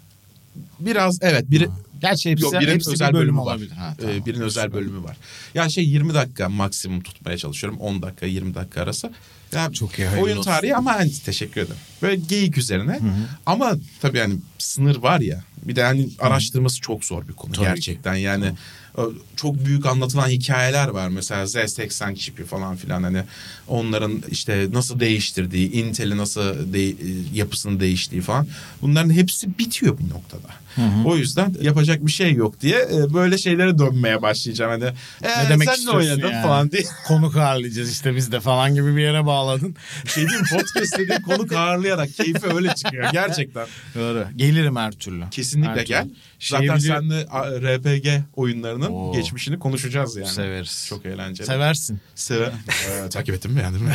S3: biraz evet biri
S2: Gerçi hepsi,
S3: Yok, birinin
S2: hepsi
S3: özel
S2: bir bölüm
S3: bölümü
S2: olabilir.
S3: var.
S2: Ha,
S3: Ee,
S2: tamam.
S3: birinin özel bölümü var. Ya şey 20 dakika maksimum tutmaya çalışıyorum. 10 dakika 20 dakika arası. Ya
S2: Çok iyi, hayırlı
S3: Oyun
S2: olsun.
S3: tarihi ama hani teşekkür ederim. Böyle geyik üzerine. Ama tabii yani sınır var ya. Bir de hani araştırması çok zor bir konu
S2: Tabii
S3: gerçekten. Yani ö, çok büyük anlatılan hikayeler var. Mesela Z80 çipi falan filan hani onların işte nasıl değiştirdiği, Intel'i nasıl de- e, yapısını değiştiği falan. Bunların hepsi bitiyor bir noktada. O yüzden yapacak bir şey yok diye e, böyle şeylere dönmeye başlayacağım. Hani "Ee,
S2: Ne demek
S3: sen ne
S2: istiyorsun
S3: oynadın
S2: yani?
S3: falan diye.
S2: Konuk ağırlayacağız işte biz de falan gibi bir yere bağladın.
S3: Bir şey diyeyim mi? podcast dediğin konuk ağırlayarak keyfi öyle çıkıyor gerçekten.
S2: Doğru. Gelirim her türlü.
S3: Kesinlikle
S2: Her
S3: gel.
S2: türlü. Şeyi
S3: Zaten
S2: biliyor-
S3: seninle a, RPG oyunlarının
S2: Oo.
S3: geçmişini konuşacağız yani.
S2: Severiz.
S3: Çok eğlenceli.
S2: Seversin.
S3: Seve- Ee, takip ettin mi <laughs> beğendin mi?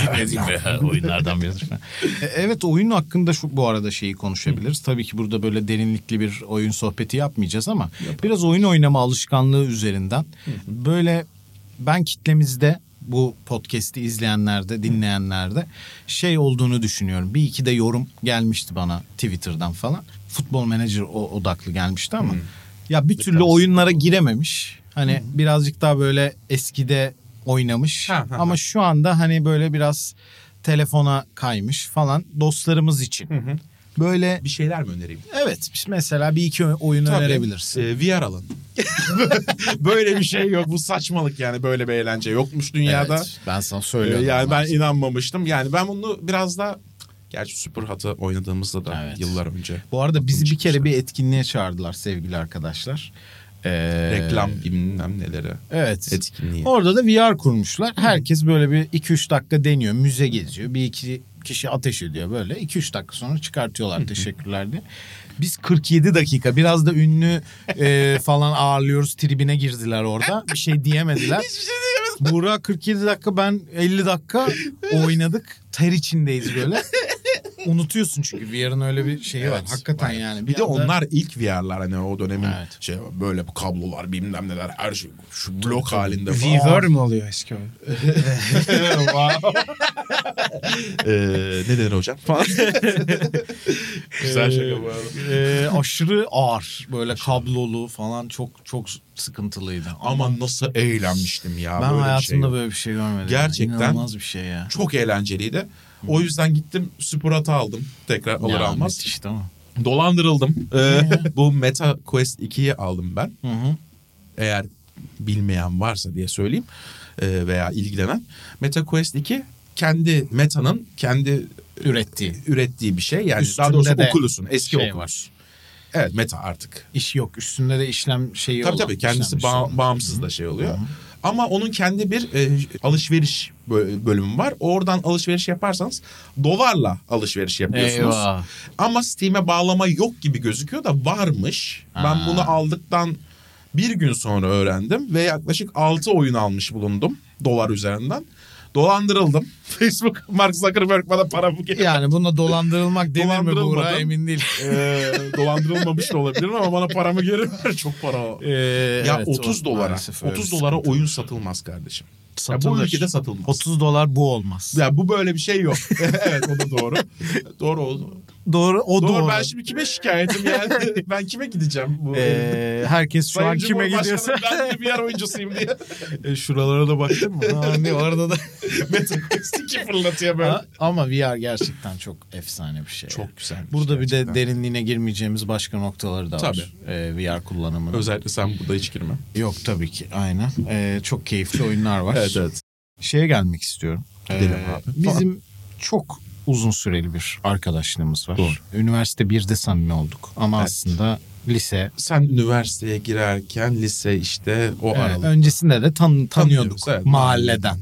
S2: Oyunlardan biridir. <laughs> evet oyun hakkında şu bu arada şeyi konuşabiliriz. Tabii ki burada böyle derinlikli bir oyun sohbeti yapmayacağız ama biraz oyun oynama alışkanlığı üzerinden böyle ben kitlemizde bu podcast'i izleyenlerde, dinleyenlerde şey olduğunu düşünüyorum. Bir iki de yorum gelmişti bana Twitter'dan falan. Futbol menajer o- odaklı gelmişti ama ya bir türlü oyunlara girememiş. Hani birazcık daha böyle eskide oynamış
S3: Ha, ha,
S2: ama şu anda hani böyle biraz telefona kaymış falan dostlarımız için. Böyle
S3: Bir şeyler mi önereyim?
S2: evet mesela bir iki oyun
S3: Tabii.
S2: önerebilirsin.
S3: Ee, VR alın. <laughs> böyle bir şey yok. Bu saçmalık yani. Böyle bir eğlence yokmuş dünyada.
S2: Evet, ben sana
S3: Ee,
S2: söylüyorum.
S3: yani ben
S2: Maalesef.
S3: inanmamıştım. Yani ben bunu biraz da gerçi Superhot'ı oynadığımızda da
S2: Evet.
S3: yıllar önce
S2: Bu arada bizi bir kere bir etkinliğe çağırdılar sevgili arkadaşlar. Ee,
S3: reklam bilmem neleri
S2: Evet.
S3: etkinliği.
S2: Orada da VR kurmuşlar. Herkes böyle bir 2-3 dakika deniyor. Müze geziyor. Bir iki kişi ateş ediyor böyle. 2-3 dakika sonra çıkartıyorlar teşekkürler diye. Biz 47 dakika biraz da ünlü e, falan ağırlıyoruz. Tribine girdiler orada. Bir şey
S3: <laughs>
S2: diyemediler. Hiçbir şey diyemediler. Buğra 47 dakika ben 50 dakika oynadık. Ter içindeyiz böyle. Unutuyorsun çünkü VR'ın öyle bir şeyi var.
S3: Evet,
S2: Hakikaten
S3: var.
S2: yani.
S3: Bir de
S2: anda-
S3: onlar ilk VR'lar hani o dönemin
S2: Evet.
S3: şey böyle bu kablolar bilmem neler her şey şu blok halinde falan.
S5: Viver mi oluyor eski oyun?
S3: <laughs> Ee, ne der hocam? Falan. Güzel şaka bu arada.
S2: Ee, aşırı ağır böyle kablolu falan çok çok sıkıntılıydı.
S3: Aman nasıl eğlenmiştim ya.
S2: ben
S3: böyle bir şey
S2: hayatımda
S3: yok.
S2: böyle bir şey görmedim.
S3: Gerçekten.
S2: Yani. İnanılmaz bir şey ya.
S3: Çok eğlenceliydi. O yüzden gittim Superhot'ı aldım. Tekrar alır
S2: Ya,
S3: almaz.
S2: müthiş, tamam.
S3: Dolandırıldım. Ee, bu Meta Quest 2'yi aldım ben.
S2: Hı hı.
S3: Eğer bilmeyen varsa diye söyleyeyim e, ee, veya ilgilenen. Meta Quest 2 kendi Meta'nın kendi
S2: Ürettiği.
S3: ürettiği bir şey. Yani daha
S2: Üstünde
S3: doğrusu
S2: de
S3: okulusun. Eski
S2: şey
S3: okulus. Evet meta artık.
S2: İş yok. Üstünde de işlem şeyi
S3: Tabii
S2: olan,
S3: tabii kendisi
S2: işlenmiş
S3: ba-
S2: olan.
S3: bağımsız da şey oluyor. Ama onun kendi bir e, alışveriş bö- bölümü var. Oradan alışveriş yaparsanız dolarla alışveriş yapıyorsunuz.
S2: Eyvah.
S3: Ama Steam'e bağlama yok gibi gözüküyor da varmış. Ben bunu aldıktan bir gün sonra öğrendim ve yaklaşık 6 oyun almış bulundum dolar üzerinden. Dolandırıldım. <laughs> Facebook Mark Zuckerberg bana para bu geri
S2: Yani buna dolandırılmak denir mi Buğra
S3: Dolandırılmadan-
S2: emin değil.
S3: <laughs> Ee, dolandırılmamış da olabilirim ama bana paramı geri ver. <laughs> Ee, Çok para.
S2: Ee,
S3: ya 30 dolara. 30 dolara oyun satılmaz kardeşim. Ya bu ülkede satılmaz.
S2: 30 dolar bu olmaz.
S3: Ya bu böyle bir şey <laughs> yok. evet o da doğru. doğru oldu.
S2: Doğru o
S3: Doğru,
S2: doğru.
S3: ben şimdi kime şikayetim yani? <laughs> ben kime gideceğim bu?
S2: Ee, herkes şu
S3: Sayın
S2: an kime
S3: Cumhurbaşkanım,
S2: gidiyorsa. E,
S3: Ben de bir yer oyuncusuyum diye. <laughs>
S2: şuralara da baktın mı? Hani orada da.
S3: Stiki fırlatıyor böyle.
S2: Ha, Ama VR gerçekten çok efsane bir şey.
S3: Çok güzel.
S2: Burada bir de derinliğine girmeyeceğimiz başka noktaları da var.
S3: Tabii.
S2: Ee, VR kullanımının.
S3: Özellikle sen burada hiç girme.
S2: Yok tabii ki aynen. Ee, çok keyifli oyunlar var.
S3: <laughs> evet.
S2: Şeye gelmek istiyorum.
S3: Gidelim
S2: Ee,
S3: abi.
S2: Bizim çok uzun süreli bir arkadaşlığımız var. Üniversite 1'de samimi olduk. Ama
S3: Evet.
S2: aslında lise
S3: Sen üniversiteye girerken lise işte o
S2: Evet, <laughs>
S3: aralık.
S2: e, öncesinde de tan tanıyorduk
S3: Tanıyoruz, evet.
S2: mahalleden.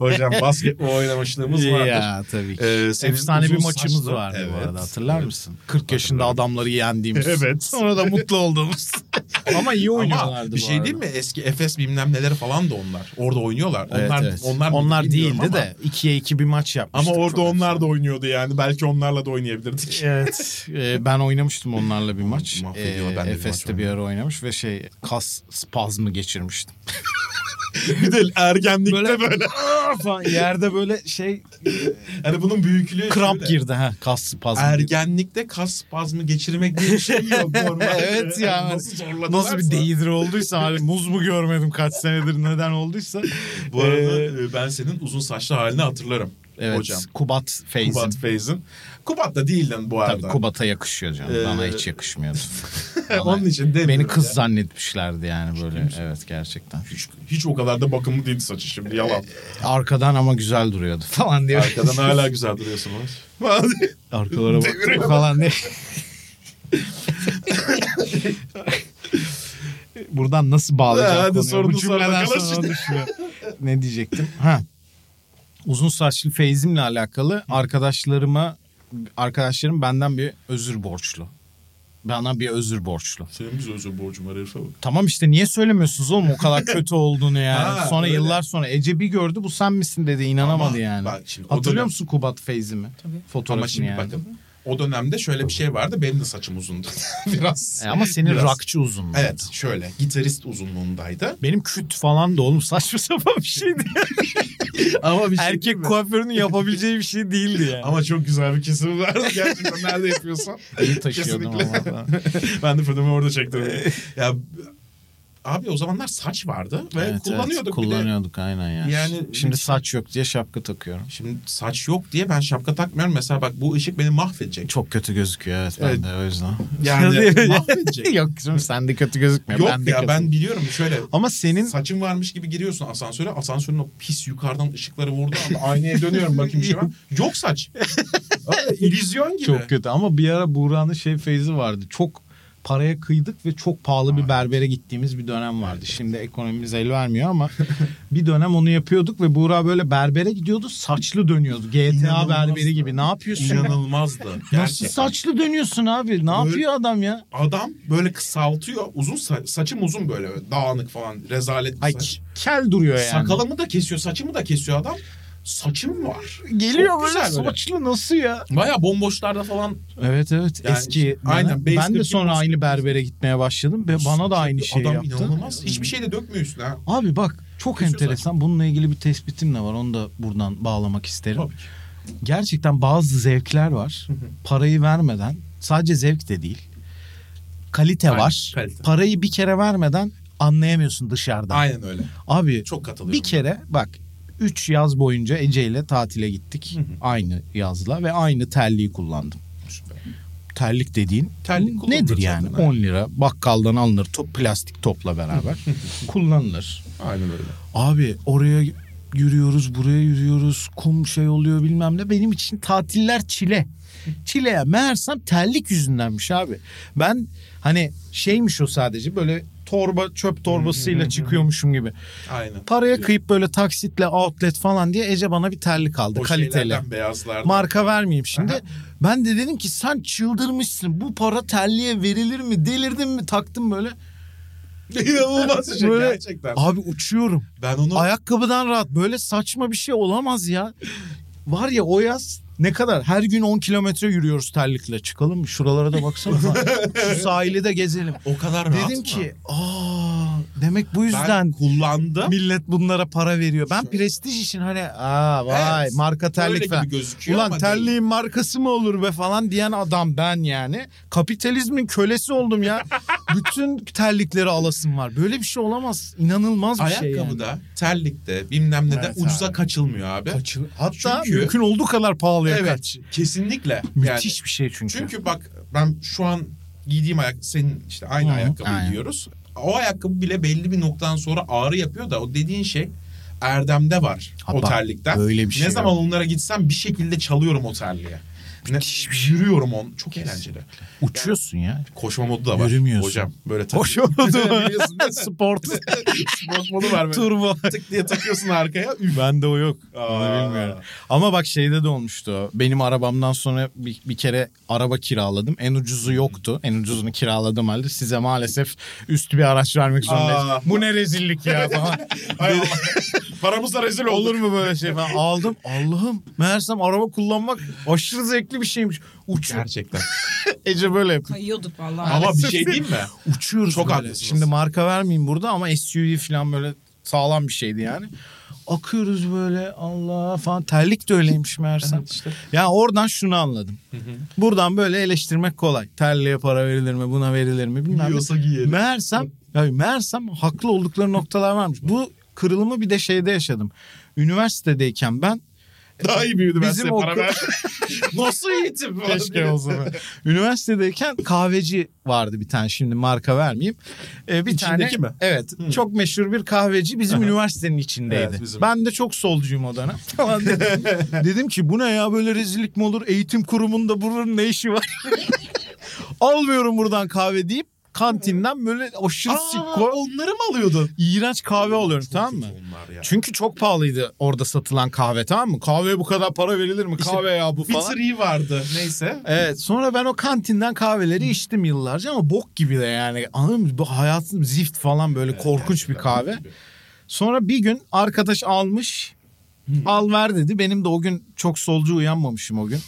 S3: Hocam basketbol oynamışlığımız vardır.
S2: Ya tabii ki.
S3: Ee, senin
S2: Efsane bir
S3: uzun
S2: maçımız
S3: saçlı-
S2: vardı bu
S3: Evet.
S2: arada hatırlar
S3: Evet.
S2: mısın? 40 yaşında adamları yendiğimiz. <laughs>
S3: Evet.
S2: Sonra da mutlu olduğumuz. <laughs> Ama iyi oynuyorlardı
S3: Ama
S2: bu
S3: bir şey
S2: arada.
S3: değil mi? Eski Efes bilmem neleri falan da onlar. Orada oynuyorlar.
S2: Evet,
S3: onlar
S2: evet.
S3: onlar
S2: onlar
S3: mıydı bilmiyorum
S2: değildi
S3: ama-
S2: de 2'ye 2 bir maç
S3: Ama
S2: yapmıştık.
S3: orada
S2: Çok
S3: onlar da oynuyordu yani. Belki onlarla da oynayabilirdik.
S2: Evet. <laughs> Ee, ben oynamıştım onlarla bir maç.
S3: Mahvediyor, ben
S2: Ee,
S3: de bir
S2: Efes'te
S3: maç
S2: bir ara oynamış ve şey kas spazmı geçirmiştim.
S3: <laughs> bir de ergenlikte böyle.
S2: "Aa!" <laughs> falan yerde böyle şey
S3: Hani bunun büyüklüğü.
S2: kramp
S3: şöyle.
S2: girdi ha kas spazmı.
S3: Ergenlikte kas spazmı geçirmek diye bir şey
S2: <laughs>
S3: yok normalde.
S2: Evet yani.
S3: Nasıl zorladılarsa.
S2: Nasıl bir değidir olduysa hani muz mu görmedim kaç senedir neden olduysa.
S3: Bu arada
S2: Ee,
S3: e, ben senin uzun saçlı halini hatırlarım.
S2: evet,
S3: Hocam.
S2: Kubat Feyz'in.
S3: Kubat Feyz'in. Kubat da değildin bu
S2: Tabii
S3: arada.
S2: Kubat'a yakışıyor canım.
S3: Ee,
S2: Bana hiç
S3: <laughs>
S2: yakışmıyordu.
S3: Onun için demiyorum
S2: Beni kız
S3: ya.
S2: zannetmişlerdi yani böyle. Evet gerçekten.
S3: Hiç, hiç o kadar da bakımlı değildi saçı
S2: <laughs>
S3: şimdi yalan.
S2: Arkadan ama güzel duruyordu <laughs> falan diyor.
S3: Arkadan hala güzel duruyorsunuz.
S2: <laughs> Arkalara baktım falan diye. Buradan nasıl bağlayacağım
S3: Ha, hadi
S2: konuyu?
S3: sorunu
S2: Bu
S3: sor
S2: cümleden
S3: bakalım
S2: sonra
S3: şimdi.
S2: düşüyor. ne diyecektim? Ha. Uzun saçlı Feyzim'le alakalı arkadaşlarıma arkadaşlarım benden bir özür borçlu. Bana bir özür borçlu.
S3: Senin bize özür borcum var herife bak.
S2: Tamam işte niye söylemiyorsunuz oğlum o
S3: <laughs>
S2: kadar kötü olduğunu yani.
S3: Ha,
S2: sonra
S3: öyle.
S2: yıllar sonra Ece bir gördü bu sen misin dedi inanamadı
S3: Ama
S2: yani.
S3: bak şimdi o
S2: Hatırlıyor
S3: dönem-
S2: musun Kubat Feyzim'i?
S4: Tabii.
S2: Fotoğrafını
S3: Ama şimdi
S2: yani.
S3: bakın o dönemde şöyle bir şey vardı benim de saçım uzundu
S2: <laughs>
S3: biraz.
S2: E ama senin
S3: Biraz.
S2: rakçı uzun.
S3: Evet şöyle gitarist uzunluğundaydı.
S2: Benim küt falan da oğlum saçma sapan bir şey şeydi.
S3: <laughs> Ama bir
S2: Erkek kuaförünün yapabileceği bir şey değildi yani.
S3: Ama çok güzel bir kesim vardı gerçekten nerede yapıyorsan.
S2: İyi <laughs> taşıyordum
S3: Kesinlikle.
S2: ama.
S3: <laughs> ben de fırınımı
S2: <laughs>
S3: orada çektirdim. ya abi o zamanlar saç vardı ve
S2: Evet, evet,
S3: kullanıyorduk bir de.
S2: kullanıyorduk aynen yani.
S3: Yani-
S2: Şimdi saç yok diye şapka takıyorum.
S3: Şimdi saç yok diye ben şapka takmıyorum. Mesela bak bu ışık beni mahvedecek.
S2: Çok kötü gözüküyor evet, ben
S3: Evet.
S2: de o yüzden. <laughs>
S3: Yani mahvedecek.
S2: yok canım sen de kötü gözükmüyor.
S3: Yok
S2: ben de
S3: ya
S2: kötü.
S3: ben biliyorum şöyle.
S2: Ama senin
S3: Saçım varmış gibi giriyorsun asansöre. Asansörün o pis yukarıdan ışıkları vurduğu anda aynaya dönüyorum bakayım bir şey var.
S2: <laughs>
S3: Yok saç. Aa, İllüzyon gibi.
S2: çok kötü ama bir ara Buğra'nın şey feyzi vardı. Çok paraya kıydık ve çok pahalı bir berbere gittiğimiz bir dönem vardı. Şimdi ekonomimiz el vermiyor ama <laughs> bir dönem onu yapıyorduk ve Buğra böyle berbere gidiyordu saçlı dönüyordu. GTA
S3: İnanılmaz
S2: berberi
S3: da.
S2: gibi ne yapıyorsun? ya?
S3: İnanılmazdı.
S2: Nasıl
S3: Gerçekten.
S2: saçlı dönüyorsun abi? Ne
S3: Böyle-
S2: yapıyor adam ya?
S3: Adam böyle kısaltıyor. Uzun sa- saçım uzun böyle dağınık falan. Rezalet bir
S2: Ay
S3: saç.
S2: kel duruyor yani.
S3: Sakalımı da kesiyor, saçımı da kesiyor adam. Saçım var.
S2: Geliyor
S3: Çok
S2: böyle
S3: güzel böyle.
S2: saçlı nasıl ya?
S3: Baya bomboşlarda falan.
S2: Evet evet
S3: Yani
S2: eski.
S3: işte- aynen,
S2: ben,
S3: base
S2: ben de
S3: kırk,
S2: sonra
S3: base
S2: aynı berbere gitmeye başladım ve bana da aynı şeyi
S3: Adam
S2: yaptı.
S3: inanılmaz. Hiçbir şey de dökmüyor üstüne. ha.
S2: Abi bak çok
S3: Kesiyor
S2: enteresan. Bununla ilgili bir tespitim de var. Onu da buradan bağlamak isterim.
S3: Tabii ki.
S2: Gerçekten bazı zevkler var. Parayı vermeden sadece zevk de değil. Kalite
S3: Aynen,
S2: var.
S3: kalite.
S2: Parayı bir kere vermeden anlayamıyorsun dışarıdan.
S3: Aynen öyle.
S2: Abi
S3: Çok katılıyorum.
S2: bir kere bak 3 yaz boyunca Ece ile tatile gittik. Aynı yazla ve aynı terliği kullandım.
S3: Süper.
S2: Terlik dediğin
S3: Terlik
S2: nedir
S3: kullanılır
S2: yani?
S3: zaten,
S2: 10 lira bakkaldan alınır
S3: <laughs>
S2: top, plastik topla beraber kullanılır.
S3: Aynen öyle.
S2: Abi oraya yürüyoruz buraya yürüyoruz kum şey oluyor bilmem ne benim için tatiller çile. Çile ya meğersem terlik yüzündenmiş abi. Ben hani şeymiş o sadece böyle torba çöp torbasıyla çıkıyormuşum gibi.
S3: Aynen.
S2: Paraya kıyıp böyle taksitle outlet falan diye Ece bana bir terlik aldı
S3: O
S2: kaliteli.
S3: şeylerden, beyazlardan.
S2: Marka vermeyeyim şimdi.
S3: Aha.
S2: Ben de dedim ki sen çıldırmışsın. Bu para terliğe verilir mi? Delirdin mi? Taktım böyle.
S3: <laughs> İnanılmaz bir şey
S2: Böyle-
S3: gerçekten.
S2: Abi uçuyorum.
S3: Ben onu
S2: Ayakkabıdan rahat. Böyle saçma bir şey olamaz ya. Var ya o yaz ne kadar? Her gün 10 kilometre yürüyoruz terlikle. Çıkalım mı? Şuralara da
S3: <laughs>
S2: baksana. Şu sahili de gezelim.
S3: o kadar rahat
S2: Dedim
S3: mı?
S2: ki aa demek bu
S3: ben
S2: yüzden
S3: kullandım.
S2: millet bunlara para veriyor. Ben prestij için hani aa vay
S3: Evet,
S2: marka
S3: Öyle
S2: terlik
S3: gibi
S2: falan.
S3: gözüküyor
S2: Ulan
S3: ama
S2: terliğin
S3: değil.
S2: markası mı olur be falan diyen adam ben yani. Kapitalizmin kölesi oldum
S3: <laughs>
S2: ya. Bütün terlikleri alasım var. Böyle bir şey olamaz. İnanılmaz bir şey yani.
S3: Ayakkabıda, terlikte, bilmem neden
S2: Evet
S3: ucuza
S2: abi.
S3: kaçılmıyor abi.
S2: Kaçı- Hatta
S3: Çünkü-
S2: mümkün olduğu kadar pahalıya
S3: evet,
S2: kaç.
S3: kesinlikle. Yani,
S2: Müthiş bir şey çünkü.
S3: çünkü bak ben şu an giydiğim ayak senin işte aynı
S2: Hı,
S3: ayakkabıyı
S2: aynen.
S3: giyiyoruz. O ayakkabı bile belli bir noktadan sonra ağrı yapıyor da o dediğin şey Erdem'de var o
S2: Hatta
S3: terlikten.
S2: böyle bir şey
S3: ne
S2: yok.
S3: zaman onlara gitsem bir şekilde çalıyorum o terliğe. Ne, yürüyorum on. Çok eğlenceli.
S2: Uçuyorsun ya.
S3: Koşma modu da var.
S2: Yürümüyorsun.
S3: Hocam böyle tak-
S2: Boş
S3: <laughs>
S2: oldu.
S3: Biliyorsun değil mi?
S2: Sport.
S3: Sport modu var böyle.
S2: Turbo.
S3: Tık diye takıyorsun arkaya.
S2: Bende o yok. Onu
S3: Aa.
S2: bilmiyorum. Ama bak şeyde de olmuştu. o. Benim arabamdan sonra bir, bir kere araba kiraladım. En ucuzu yoktu. En ucuzunu kiraladım halde. Size maalesef üstü bir araç vermek zorundayız.
S3: Aa.
S2: Bu ne rezillik
S3: <laughs>
S2: ya falan.
S3: Hay Allah. Paramıza rezil olduk.
S2: Olur mu böyle şey falan. Aldım. Allah'ım. Meğersem araba kullanmak aşırı zevkli bir şeymiş. Uçuyor.
S3: Gerçekten.
S2: Ece böyle yapıyor.
S4: Kayıyorduk vallahi.
S3: Ama bir şey diyeyim mi?
S2: uçuyoruz
S3: Çok
S2: böyle.
S3: haklısınız.
S2: Şimdi marka vermeyeyim burada ama SUV falan böyle sağlam bir şeydi yani. Akıyoruz böyle Allah falan terlik de öyleymiş meğersem.
S3: işte.
S2: Ya oradan şunu anladım. Buradan böyle eleştirmek kolay. Terliğe para verilir mi buna verilir mi bilmem ne.
S3: Yiyorsa giyelim.
S2: Meğersem, ya meğersem haklı oldukları noktalar varmış. Bu kırılımı bir de şeyde yaşadım. Üniversitedeyken ben
S3: Daha iyi büyüdü ben
S2: Bizim
S3: size para
S2: okul-
S3: verdim. Nasıl eğitim? falan
S2: Keşke
S3: diye.
S2: olsa.
S3: <laughs>
S2: be. Üniversitedeyken kahveci vardı bir tane şimdi marka vermeyeyim. Ee, bir
S3: İçindeki
S2: tane
S3: mi?
S2: evet
S3: Hı.
S2: çok meşhur bir kahveci bizim üniversitenin içindeydi.
S3: Evet, bizim.
S2: Ben de çok solcuyum o
S3: <laughs>
S2: dönem. Falan dedim. dedim ki bu ne ya böyle rezillik mi olur? Eğitim kurumunda bunun ne işi var? <laughs> Almıyorum buradan kahve deyip kantinden böyle aşırı
S3: Aa,
S2: sikko
S3: onları mı alıyordun?
S2: iğrenç kahve alıyorum
S3: Çok
S2: tamam mı?
S3: kötü onlar ya.
S2: Çünkü çok pahalıydı orada satılan kahve tamam mı? Kahveye bu kadar para verilir mi?
S3: İşte
S2: Kahve ya bu
S3: Bir
S2: falan.
S3: triği vardı neyse.
S2: Evet sonra ben o kantinden kahveleri içtim yıllarca ama bok gibi de yani anladın mı? Bu hayatım zift falan böyle korkunç bir kahve. Sonra bir gün arkadaş almış al ver dedi. Benim de o gün çok solcu uyanmamışım o
S3: <laughs>
S2: gün.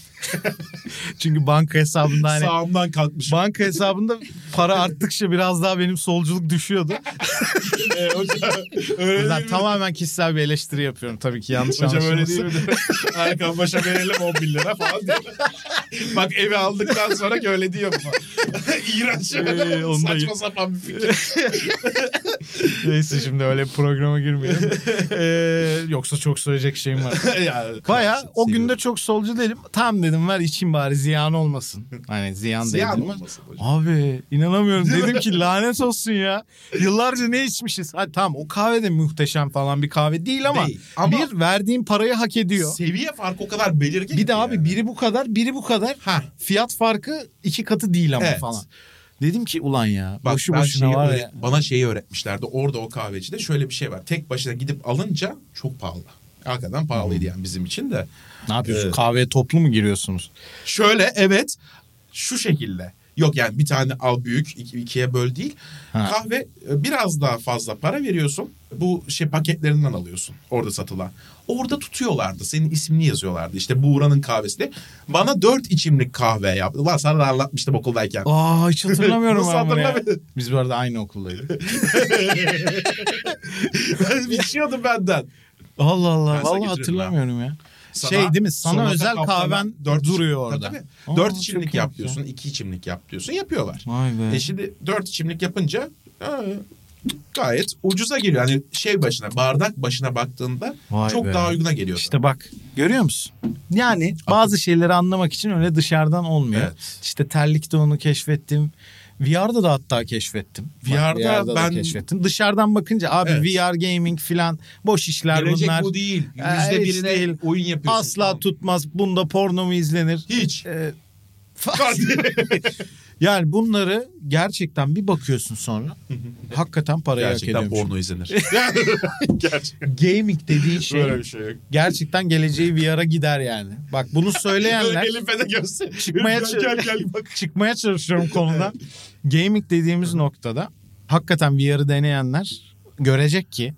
S2: Çünkü banka hesabında hani
S3: Sağımdan kalkmış.
S2: banka hesabında para arttıkça biraz daha benim solculuk
S3: <laughs>
S2: düşüyordu. E,
S3: Ee, <laughs> hocam öyle
S2: Buradan
S3: değil mi?
S2: tamamen kişisel bir eleştiri yapıyorum tabii ki yanlış
S3: Hocam öyle değil
S2: anlaşılmasın.
S3: mi? <laughs> Erkan Baş'a verelim 10 bin lira falan diye. Bak evi aldıktan sonra öyle diyor mu? <laughs> İğrenç.
S2: Ee, onu da-
S3: Saçma sapan bir
S2: <laughs>
S3: fikir.
S2: Neyse şimdi öyle bir programa
S3: <laughs>
S2: girmeyelim. Ee, yoksa çok söyleyecek şeyim var.
S3: yani,
S2: Baya o
S3: Seviyorum.
S2: günde çok solcu değilim. Tam dedim ver içim bari ziyan olmasın. Hani ziyan,
S3: Ziyan
S2: değdirmez.
S3: olmasın hocam.
S2: Abi inanamıyorum dedim ki lanet olsun ya. Yıllarca ne içmişiz. Hadi tamam o kahve de muhteşem falan bir kahve değil ama,
S3: Değil, ama-
S2: bir verdiğim parayı hak ediyor.
S3: Seviye farkı o kadar belirgin
S2: Bir de
S3: ki
S2: abi
S3: yani.
S2: biri bu kadar biri bu kadar.
S3: Ha.
S2: Fiyat farkı iki katı değil ama
S3: Evet.
S2: falan. Dedim ki ulan ya
S3: Bak,
S2: boşu
S3: ben
S2: boşuna
S3: şeyi
S2: var
S3: öğret-
S2: ya.
S3: Bana şeyi öğretmişlerdi. Orada o kahvecide şöyle bir şey var. Tek başına gidip alınca çok pahalı. Hakikaten
S2: Hmm.
S3: pahalıydı yani bizim için de.
S2: Ne yapıyorsun
S3: Evet.
S2: kahveye toplu mu giriyorsunuz?
S3: Şöyle evet şu şekilde. Yok yani bir tane al büyük iki- ikiye böl değil.
S2: Ha.
S3: Kahve e, biraz daha fazla para veriyorsun. Bu şey paketlerinden alıyorsun orada satılan. Orada tutuyorlardı. Senin ismini yazıyorlardı. İşte Buğra'nın kahvesi de. Bana dört içimlik kahve yaptı. Lan sana da anlatmıştım okuldayken. <laughs>
S2: Aa hiç hatırlamıyorum
S3: Nasıl
S2: ben bunu ya.
S3: hatırlamıyorsun?
S2: Biz bu arada aynı okuldaydık.
S3: İçiyordum benden.
S2: Allah Allah.
S3: Ben
S2: Vallahi
S3: sana getiririm ha.
S2: hatırlamıyorum ya.
S3: Sana-
S2: şey değil mi? Sana
S3: Sonata
S2: özel
S3: kaplama
S2: kahven
S3: dört
S2: duruyor
S3: içim-
S2: orada.
S3: Tabii,
S2: Aa,
S3: tabii. dört
S2: çok
S3: içimlik
S2: iyiymiş
S3: yap
S2: ya.
S3: diyorsun, iki içimlik yap diyorsun. Yapıyorlar.
S2: Vay be.
S3: E şimdi dört içimlik yapınca aa, gayet ucuza geliyor. Yani şey başına, bardak başına baktığında
S2: Vay
S3: çok
S2: be.
S3: daha uyguna geliyor.
S2: İşte bak görüyor musun? Yani bazı şeyleri anlamak için öyle dışarıdan olmuyor.
S3: Evet.
S2: İşte terlikte onu keşfettim. VR'da da hatta keşfettim. Bak,
S3: VR'da
S2: da
S3: ben-
S2: keşfettim. Dışarıdan bakınca abi
S3: Evet.
S2: VR gaming filan boş işler
S3: Gelecek
S2: bunlar.
S3: bu değil.
S2: Ee,
S3: Yüzde
S2: hiç
S3: birine
S2: değil.
S3: oyun yapıyorsun.
S2: Asla
S3: Tamam.
S2: tutmaz. Bunda porno mu izlenir? <laughs>
S3: Hiç.
S2: Ee, <laughs> yani bunları gerçekten bir bakıyorsun
S3: <laughs>
S2: sonra hakikaten parayı hak
S3: Gerçekten
S2: ediyormuş. <laughs>
S3: porno izlenir. Gerçekten.
S2: Gaming
S3: <laughs>
S2: dediğin şey
S3: Böyle bir şey yok.
S2: gerçekten geleceği VR'a gider yani. Bak
S3: <laughs>
S2: bunu söyleyenler
S3: Böyle elime de göster.
S2: Çıkmaya
S3: gel,
S2: çalış-
S3: gel gel bak.
S2: çıkmaya çalışıyorum
S3: <laughs>
S2: konudan. Gaming dediğimiz noktada hakikaten VR'ı deneyenler görecek ki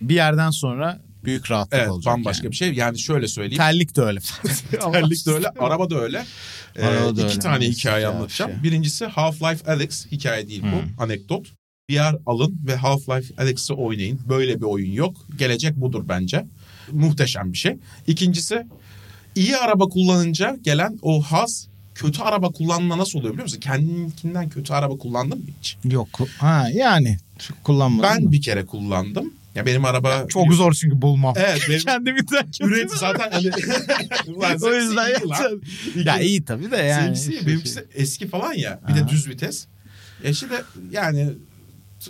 S2: bir yerden sonra büyük rahatlık
S3: Evet
S2: olacak.
S3: bambaşka
S2: yani.
S3: bir şey. Yani şöyle söyleyeyim.
S2: Terlik de
S3: <laughs>
S2: öyle.
S3: Terlik de öyle, araba da öyle. Ee,
S2: Araba da
S3: iki
S2: öyle,
S3: tane
S2: maalesef
S3: hikaye
S2: ya,
S3: anlatacağım.
S2: şey. Hmm.
S3: Birincisi Half-Life Alyx hikaye değil bu, anekdot. VR alın ve Half-Life Alyx'i oynayın. Böyle bir oyun yok. Gelecek budur bence. Muhteşem bir şey. İkincisi iyi araba kullanınca gelen o haz kötü araba kullanma nasıl oluyor biliyor musun? Kendinkinden kötü araba kullandın mı hiç?
S2: Yok. Ha yani kullanmadım.
S3: Ben
S2: da.
S3: bir kere kullandım. Ya benim araba
S2: çok zor çünkü bulmam.
S3: Evet <laughs> benim
S2: Kendimi de
S3: üret zaten hani <laughs> Ulan
S2: <laughs> O
S3: zevkli
S2: yüzden
S3: değil lan.
S2: yapacağım. Ya iyi tabii de yani.
S3: Seninkisi iyi, benimkisi eski falan ya. Bir
S2: şey. Aha.
S3: de düz vites. Eşi de yani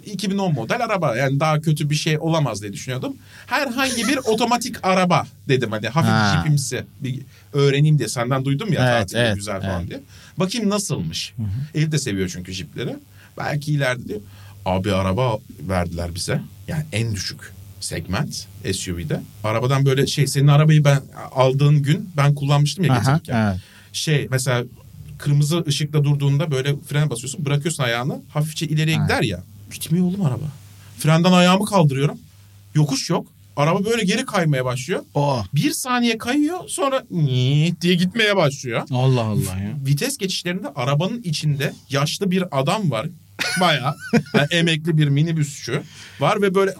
S3: 2010 model araba. Yani daha kötü bir şey olamaz diye düşünüyordum. Herhangi bir otomatik araba dedim hani
S2: Ha.
S3: hafif jipimsi. Bir öğreneyim diye senden duydum ya
S2: Evet,
S3: tatilde
S2: evet,
S3: güzel falan diye. Bakayım nasılmış. Elif de seviyor çünkü jipleri. Belki ileride diyor. Abi araba verdiler bize. Yani en düşük segment SUV'de. Arabadan böyle şey senin arabayı ben aldığın gün ben kullanmıştım ya
S2: Aha,
S3: getirirken
S2: evet.
S3: şey mesela kırmızı ışıkta durduğunda böyle frene basıyorsun bırakıyorsun ayağını hafifçe ileriye
S2: Ha.
S3: gider ya. Gitmiyor oğlum araba. Frenden ayağımı kaldırıyorum. Yokuş yok. Araba böyle geri kaymaya başlıyor.
S2: O.
S3: Bir saniye kayıyor sonra "Niii" diye gitmeye başlıyor.
S2: Allah Allah ya.
S3: Vites geçişlerinde arabanın içinde yaşlı bir adam var. Bayağı yani emekli bir minibüsçü var ve böyle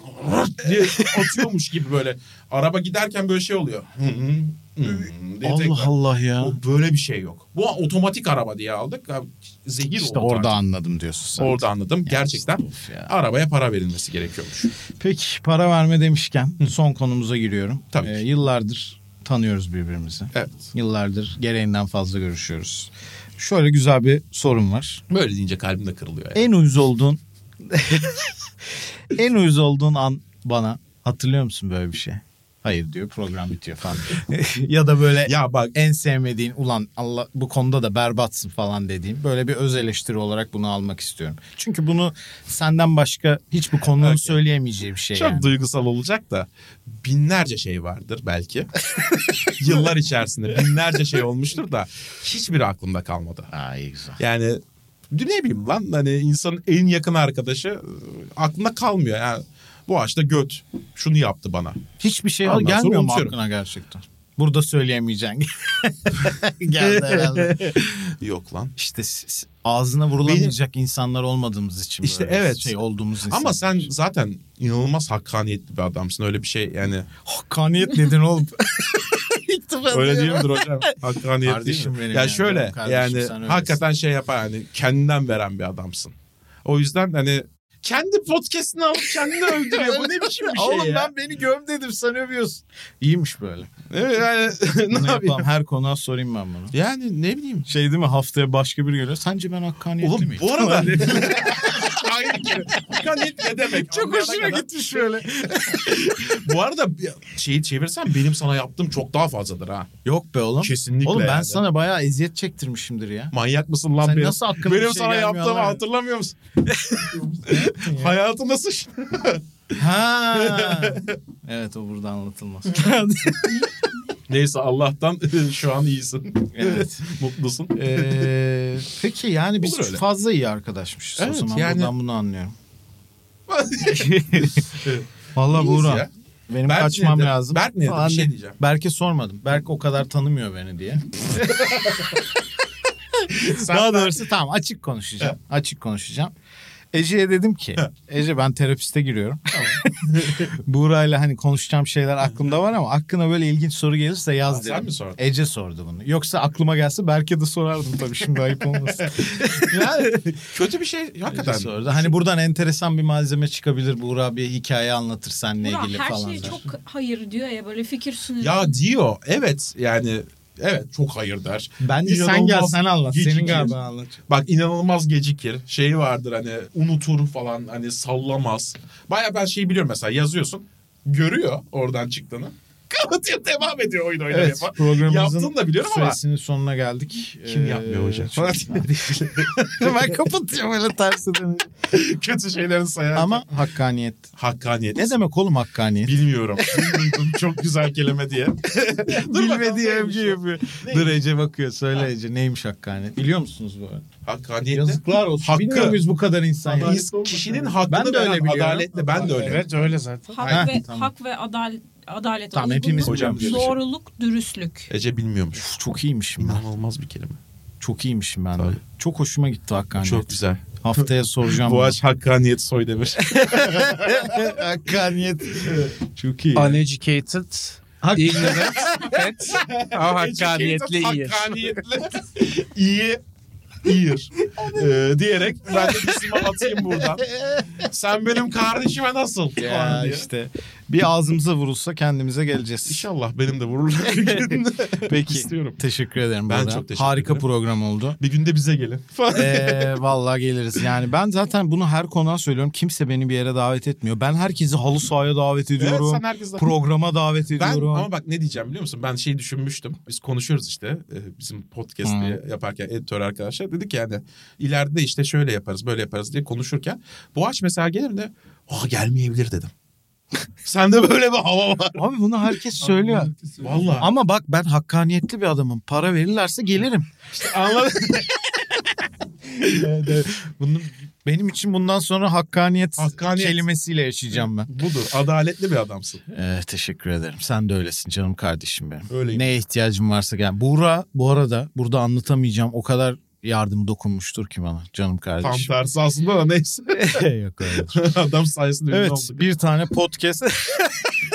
S3: diye atıyormuş gibi böyle. Araba giderken böyle şey oluyor. Hı hı, hı hı diye tekrar.
S2: Allah Allah ya.
S3: O böyle bir şey yok. Bu otomatik araba diye aldık. Ya Zehir
S2: İşte
S3: oldu
S2: orada
S3: artık.
S2: anladım diyorsun sen.
S3: Orada anladım. Gerçekten e,
S2: Of ya.
S3: arabaya para verilmesi gerekiyormuş.
S2: Peki para verme demişken son konumuza giriyorum. Ee,
S3: Tabii ki.
S2: yıllardır tanıyoruz birbirimizi.
S3: Evet.
S2: Yıllardır gereğinden fazla görüşüyoruz. Şöyle güzel bir sorum var.
S3: Böyle deyince kalbim de kırılıyor. Yani.
S2: En uyuz olduğun <laughs> en uyuz olduğun an bana hatırlıyor musun böyle bir şey? Hayır diyor program bitiyor falan. <laughs> ya da böyle
S3: Ya bak
S2: en sevmediğin ulan Allah bu konuda da berbatsın falan dediğim böyle bir öz eleştiri olarak bunu almak istiyorum. Çünkü bunu senden başka hiç bu konunun
S3: Okey.
S2: söyleyemeyeceği bir şey
S3: çok
S2: yani.
S3: duygusal olacak da binlerce şey vardır belki. <laughs> Yıllar içerisinde binlerce şey olmuştur da hiçbiri aklımda kalmadı.
S2: Aa iyi güzel.
S3: Yani ne bileyim lan hani insanın en yakın arkadaşı e, aklımda kalmıyor. Yani bu ağaçta göt şunu yaptı bana.
S2: Hiçbir şey
S3: Ondan sonra
S2: gelmiyor mu
S3: unutuyorum.
S2: aklına gerçekten? Burada <laughs> söyleyemeyeceksin. Geldi herhalde.
S3: Yok lan.
S2: <laughs> İşte s- s- ağzına vurulamayacak insanlar olmadığımız için
S3: İşte
S2: böyle
S3: evet.
S2: şey olduğumuz insan.
S3: Ama sen zaten inanılmaz hakkaniyetli bir adamsın. Öyle bir şey yani.
S2: hakkaniyet dedin <laughs> oğlum. İlk defa
S3: Öyle değil
S2: diyorum. <laughs>
S3: midir hocam? Hakkaniyetli
S2: Kardeşim
S3: değil mi?
S2: benim
S3: ya
S2: yani,
S3: şöyle
S2: canım kardeşim,
S3: yani
S2: sen öylesin.
S3: hakikaten şey yapar hani kendinden veren bir adamsın. O yüzden hani kendi podcast'ini alıp
S2: <laughs>
S3: kendini övdürüyor. Bu ne biçim bir şey
S2: Oğlum
S3: ya?
S2: ben beni göm dedim sen övüyorsun. İyiymiş böyle.
S3: Evet,
S2: <laughs>
S3: yani,
S2: Bunu
S3: ne yapayım?
S2: yapalım her konuğa sorayım ben bunu.
S3: Yani ne bileyim.
S2: Şey değil mi haftaya başka biri geliyor. Sence ben hakkaniyetli
S3: Oğlum
S2: miyim?
S3: bu arada <laughs> aynı kere. Hakkaniyet ne demek?
S2: Çok
S3: Anlayana
S2: hoşuma
S3: kadar-
S2: gitmiş böyle.
S3: <laughs> Bu arada bir- şeyi çevirsen benim sana yaptığım çok daha fazladır ha.
S2: Yok be oğlum.
S3: Kesinlikle
S2: Oğlum ben
S3: yani.
S2: sana bayağı eziyet çektirmişimdir ya.
S3: Manyak mısın lan
S2: Sen
S3: benim?
S2: nasıl hakkında
S3: benim
S2: bir şey
S3: sana
S2: gelmiyor
S3: yaptığımı
S2: lan? <laughs>
S3: hatırlamıyor musun? Hayatı nasıl? ş-
S2: <laughs> Ha. evet o burada anlatılmaz.
S3: Neyse Allah'tan <laughs> şu an iyisin.
S2: Evet.
S3: <laughs> Mutlusun.
S2: Ee, peki yani biz
S3: Olur öyle.
S2: fazla iyi arkadaşmışız o
S3: Evet,
S2: zaman.
S3: yani-
S2: Buradan bunu anlıyorum. Vallahi
S3: İyiyiz
S2: Buğra.
S3: ya.
S2: Benim
S3: Berk
S2: kaçmam
S3: nedir?
S2: lazım.
S3: Berk nedir?
S2: Falan
S3: Bir şey
S2: diye-
S3: diyeceğim.
S2: Berk'e sormadım. Berk o kadar tanımıyor beni
S3: <laughs>
S2: diye. Daha doğrusu tamam açık konuşacağım. açık konuşacağım. Ece'ye dedim ki Ece ben terapiste giriyorum. <laughs> Buğra'yla hani konuşacağım şeyler aklımda var ama aklına böyle ilginç soru gelirse yaz
S3: Aa,
S2: dedim.
S3: sen mi sordun?
S2: Ece sordu bunu. Yoksa aklıma gelse Berk'e de sorardım tabii şimdi ayıp
S3: <laughs>
S2: olmasın.
S3: yani kötü bir şey
S2: Ece
S3: hakikaten.
S2: sordu. Hani buradan enteresan bir malzeme çıkabilir Buğra bir hikaye anlatır seninle
S4: Burak
S2: ilgili
S4: her şey
S2: falan.
S4: şeye
S2: der.
S4: çok hayır diyor ya böyle fikir sunuyor.
S3: Ya diyor evet yani Evet çok hayır der.
S2: Bence sen
S3: İnanılmaz
S2: gel sen anlat.
S3: gecikir.
S2: Senin galiba anlat.
S3: Bak inanılmaz gecikir. Şey vardır hani unutur falan hani sallamaz. Baya ben şeyi biliyorum mesela yazıyorsun. Görüyor oradan çıktığını. <laughs> Kapatıyor devam ediyor oyun oynamaya
S2: Evet
S3: falan.
S2: programımızın
S3: Yaptığını da biliyorum ama.
S2: süresinin sonuna geldik. Ee,
S3: Kim
S2: <laughs>
S3: yapmıyor hocam?
S2: Falan
S3: <laughs>
S2: Hemen kapatıyor böyle tersi dönüyor.
S3: Kötü şeylerin sayar.
S2: Ama hakkaniyet.
S3: Hakkaniyet.
S2: Ne demek oğlum hakkaniyet?
S3: Bilmiyorum. Duydum çok güzel kelime diye. Dur bakalım
S2: Bilmediği
S3: neymiş
S2: evci
S3: o?
S2: yapıyor. Dur Ece bakıyor. Söyle Ece neymiş hakkaniyet? Biliyor musunuz bu arada?
S3: Hakkaniyet ne?
S2: Yazıklar olsun.
S3: Hakkı.
S2: Bilmiyor muyuz bu kadar insan? ya?
S3: İns- kişinin hakkını
S2: Ben de öyle
S3: veren
S2: biliyorum.
S3: adaletle ben de öyle.
S5: Evet öyle zaten.
S4: Hak
S2: Ha,
S4: ve
S2: tamam.
S4: hak ve adalet adalet
S2: Tamam,
S4: olgunluk,
S2: hepimiz
S3: Hocam biliyoruz.
S4: doğruluk, dürüstlük.
S3: Ece bilmiyormuş.
S2: Uf, Çok iyiymişim ben.
S3: İnanılmaz bir kelime.
S2: Çok iyiymişim ben. de.
S3: Tabii.
S2: Çok hoşuma gitti hakkaniyet.
S3: Çok güzel.
S2: Haftaya soracağım.
S3: Boğaç Hakkaniyet Soydemir.
S2: hakkaniyet. <laughs> Çok iyi.
S5: Uneducated,
S2: Hak-
S5: ignorant, pet ama hakkaniyetli iyi.
S3: Hakkaniyetle iyi. İyir. Ee, diyerek ben de ismi atayım buradan. Sen benim kardeşime nasıl? falan
S2: Ya
S3: diye.
S2: işte bir ağzımıza vurulsa kendimize geleceğiz.
S3: İnşallah benim de vururlar bir gün.
S2: <laughs> Peki.
S3: İstiyorum.
S2: Teşekkür ederim.
S3: Ben
S2: Burak.
S3: çok teşekkür
S2: Harika
S3: ederim.
S2: program
S3: <laughs>
S2: oldu.
S3: Bir günde bize gelin. Falan.
S2: Ee, vallahi geliriz. Yani ben zaten bunu her konuğa söylüyorum. Kimse beni bir yere davet etmiyor. Ben herkesi halı sahaya davet
S3: Evet,
S2: ediyorum.
S3: sen herkesten-
S2: programa davet
S3: Ben
S2: ediyorum.
S3: ama bak ne diyeceğim biliyor musun? Ben şey düşünmüştüm. Biz konuşuyoruz işte e, bizim podcast'i yaparken editör arkadaşlar. Dedik yani ileride işte şöyle yaparız böyle yaparız diye konuşurken. Boğaç mesela gelir de ah gelmeyebilir dedim. <laughs> Sende böyle bir hava var.
S2: Abi bunu herkes söylüyor.
S3: Vallahi.
S2: Ama bak ben hakkaniyetli bir adamım. Para verirlerse gelirim. <laughs>
S3: Anladın
S2: Bunu benim için bundan sonra hakkaniyet,
S3: Hakkaniyet.
S2: kelimesiyle yaşayacağım ben.
S3: Budur. Adaletli bir adamsın.
S2: Ee, teşekkür ederim. Sen de öylesin canım kardeşim benim.
S3: Öyleyim.
S2: Neye ihtiyacım varsa gel. Buğra bu arada burada anlatamayacağım o kadar yardım dokunmuştur ki bana canım
S3: Tam
S2: kardeşim.
S3: tersi aslında da neyse. <laughs>
S2: <laughs> Yok öyle.
S3: Adam sayesinde ünlü
S2: Evet
S3: olduk.
S2: bir tane podcast <laughs>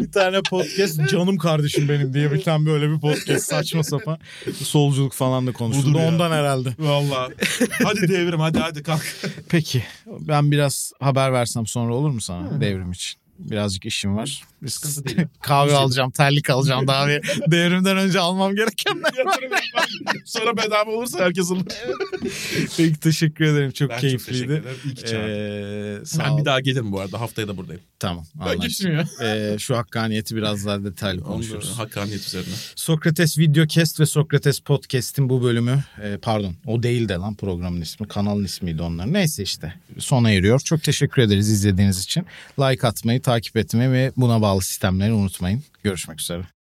S2: bir tane podcast canım kardeşim benim diye bir tane böyle bir podcast saçma sapan solculuk falan da konuşuldu
S3: Budur ya.
S2: ondan herhalde.
S3: Vallahi.
S2: <laughs>
S3: Hadi devrim hadi hadi kalk.
S2: Peki ben biraz haber versem sonra olur mu sana devrim için? Birazcık işim var. Biz
S3: Sıkıntı değil.
S2: Kahve alacağım, terlik alacağım daha <laughs> bir devrimden önce almam gerekenler.
S3: <laughs> Yatırım yapmak. Sonra bedava olursa herkes alır.
S2: Peki teşekkür ederim. Çok
S3: Ben çok teşekkür
S2: keyifliydi.
S3: ederim. İyi ki çağırdın.
S2: Ee, sağ
S3: Ben
S2: ol.
S3: bir daha gelirim bu arada. Haftaya da buradayım.
S2: Tamam.
S3: Ben
S2: anlaştık.
S3: gitmiyor.
S2: Ee, şu hakkaniyeti biraz daha detaylı konuşuruz.
S3: Konuşuruz. Hakkaniyet üzerine.
S2: Sokrates Videocast ve Sokrates Podcast'in bu bölümü e, pardon o değil de lan programın ismi kanalın ismiydi onlar. Neyse işte sona eriyor. Çok teşekkür ederiz izlediğiniz için. Like atmayı, takip etmeyi ve buna bağlı sistemleri unutmayın. Görüşmek üzere.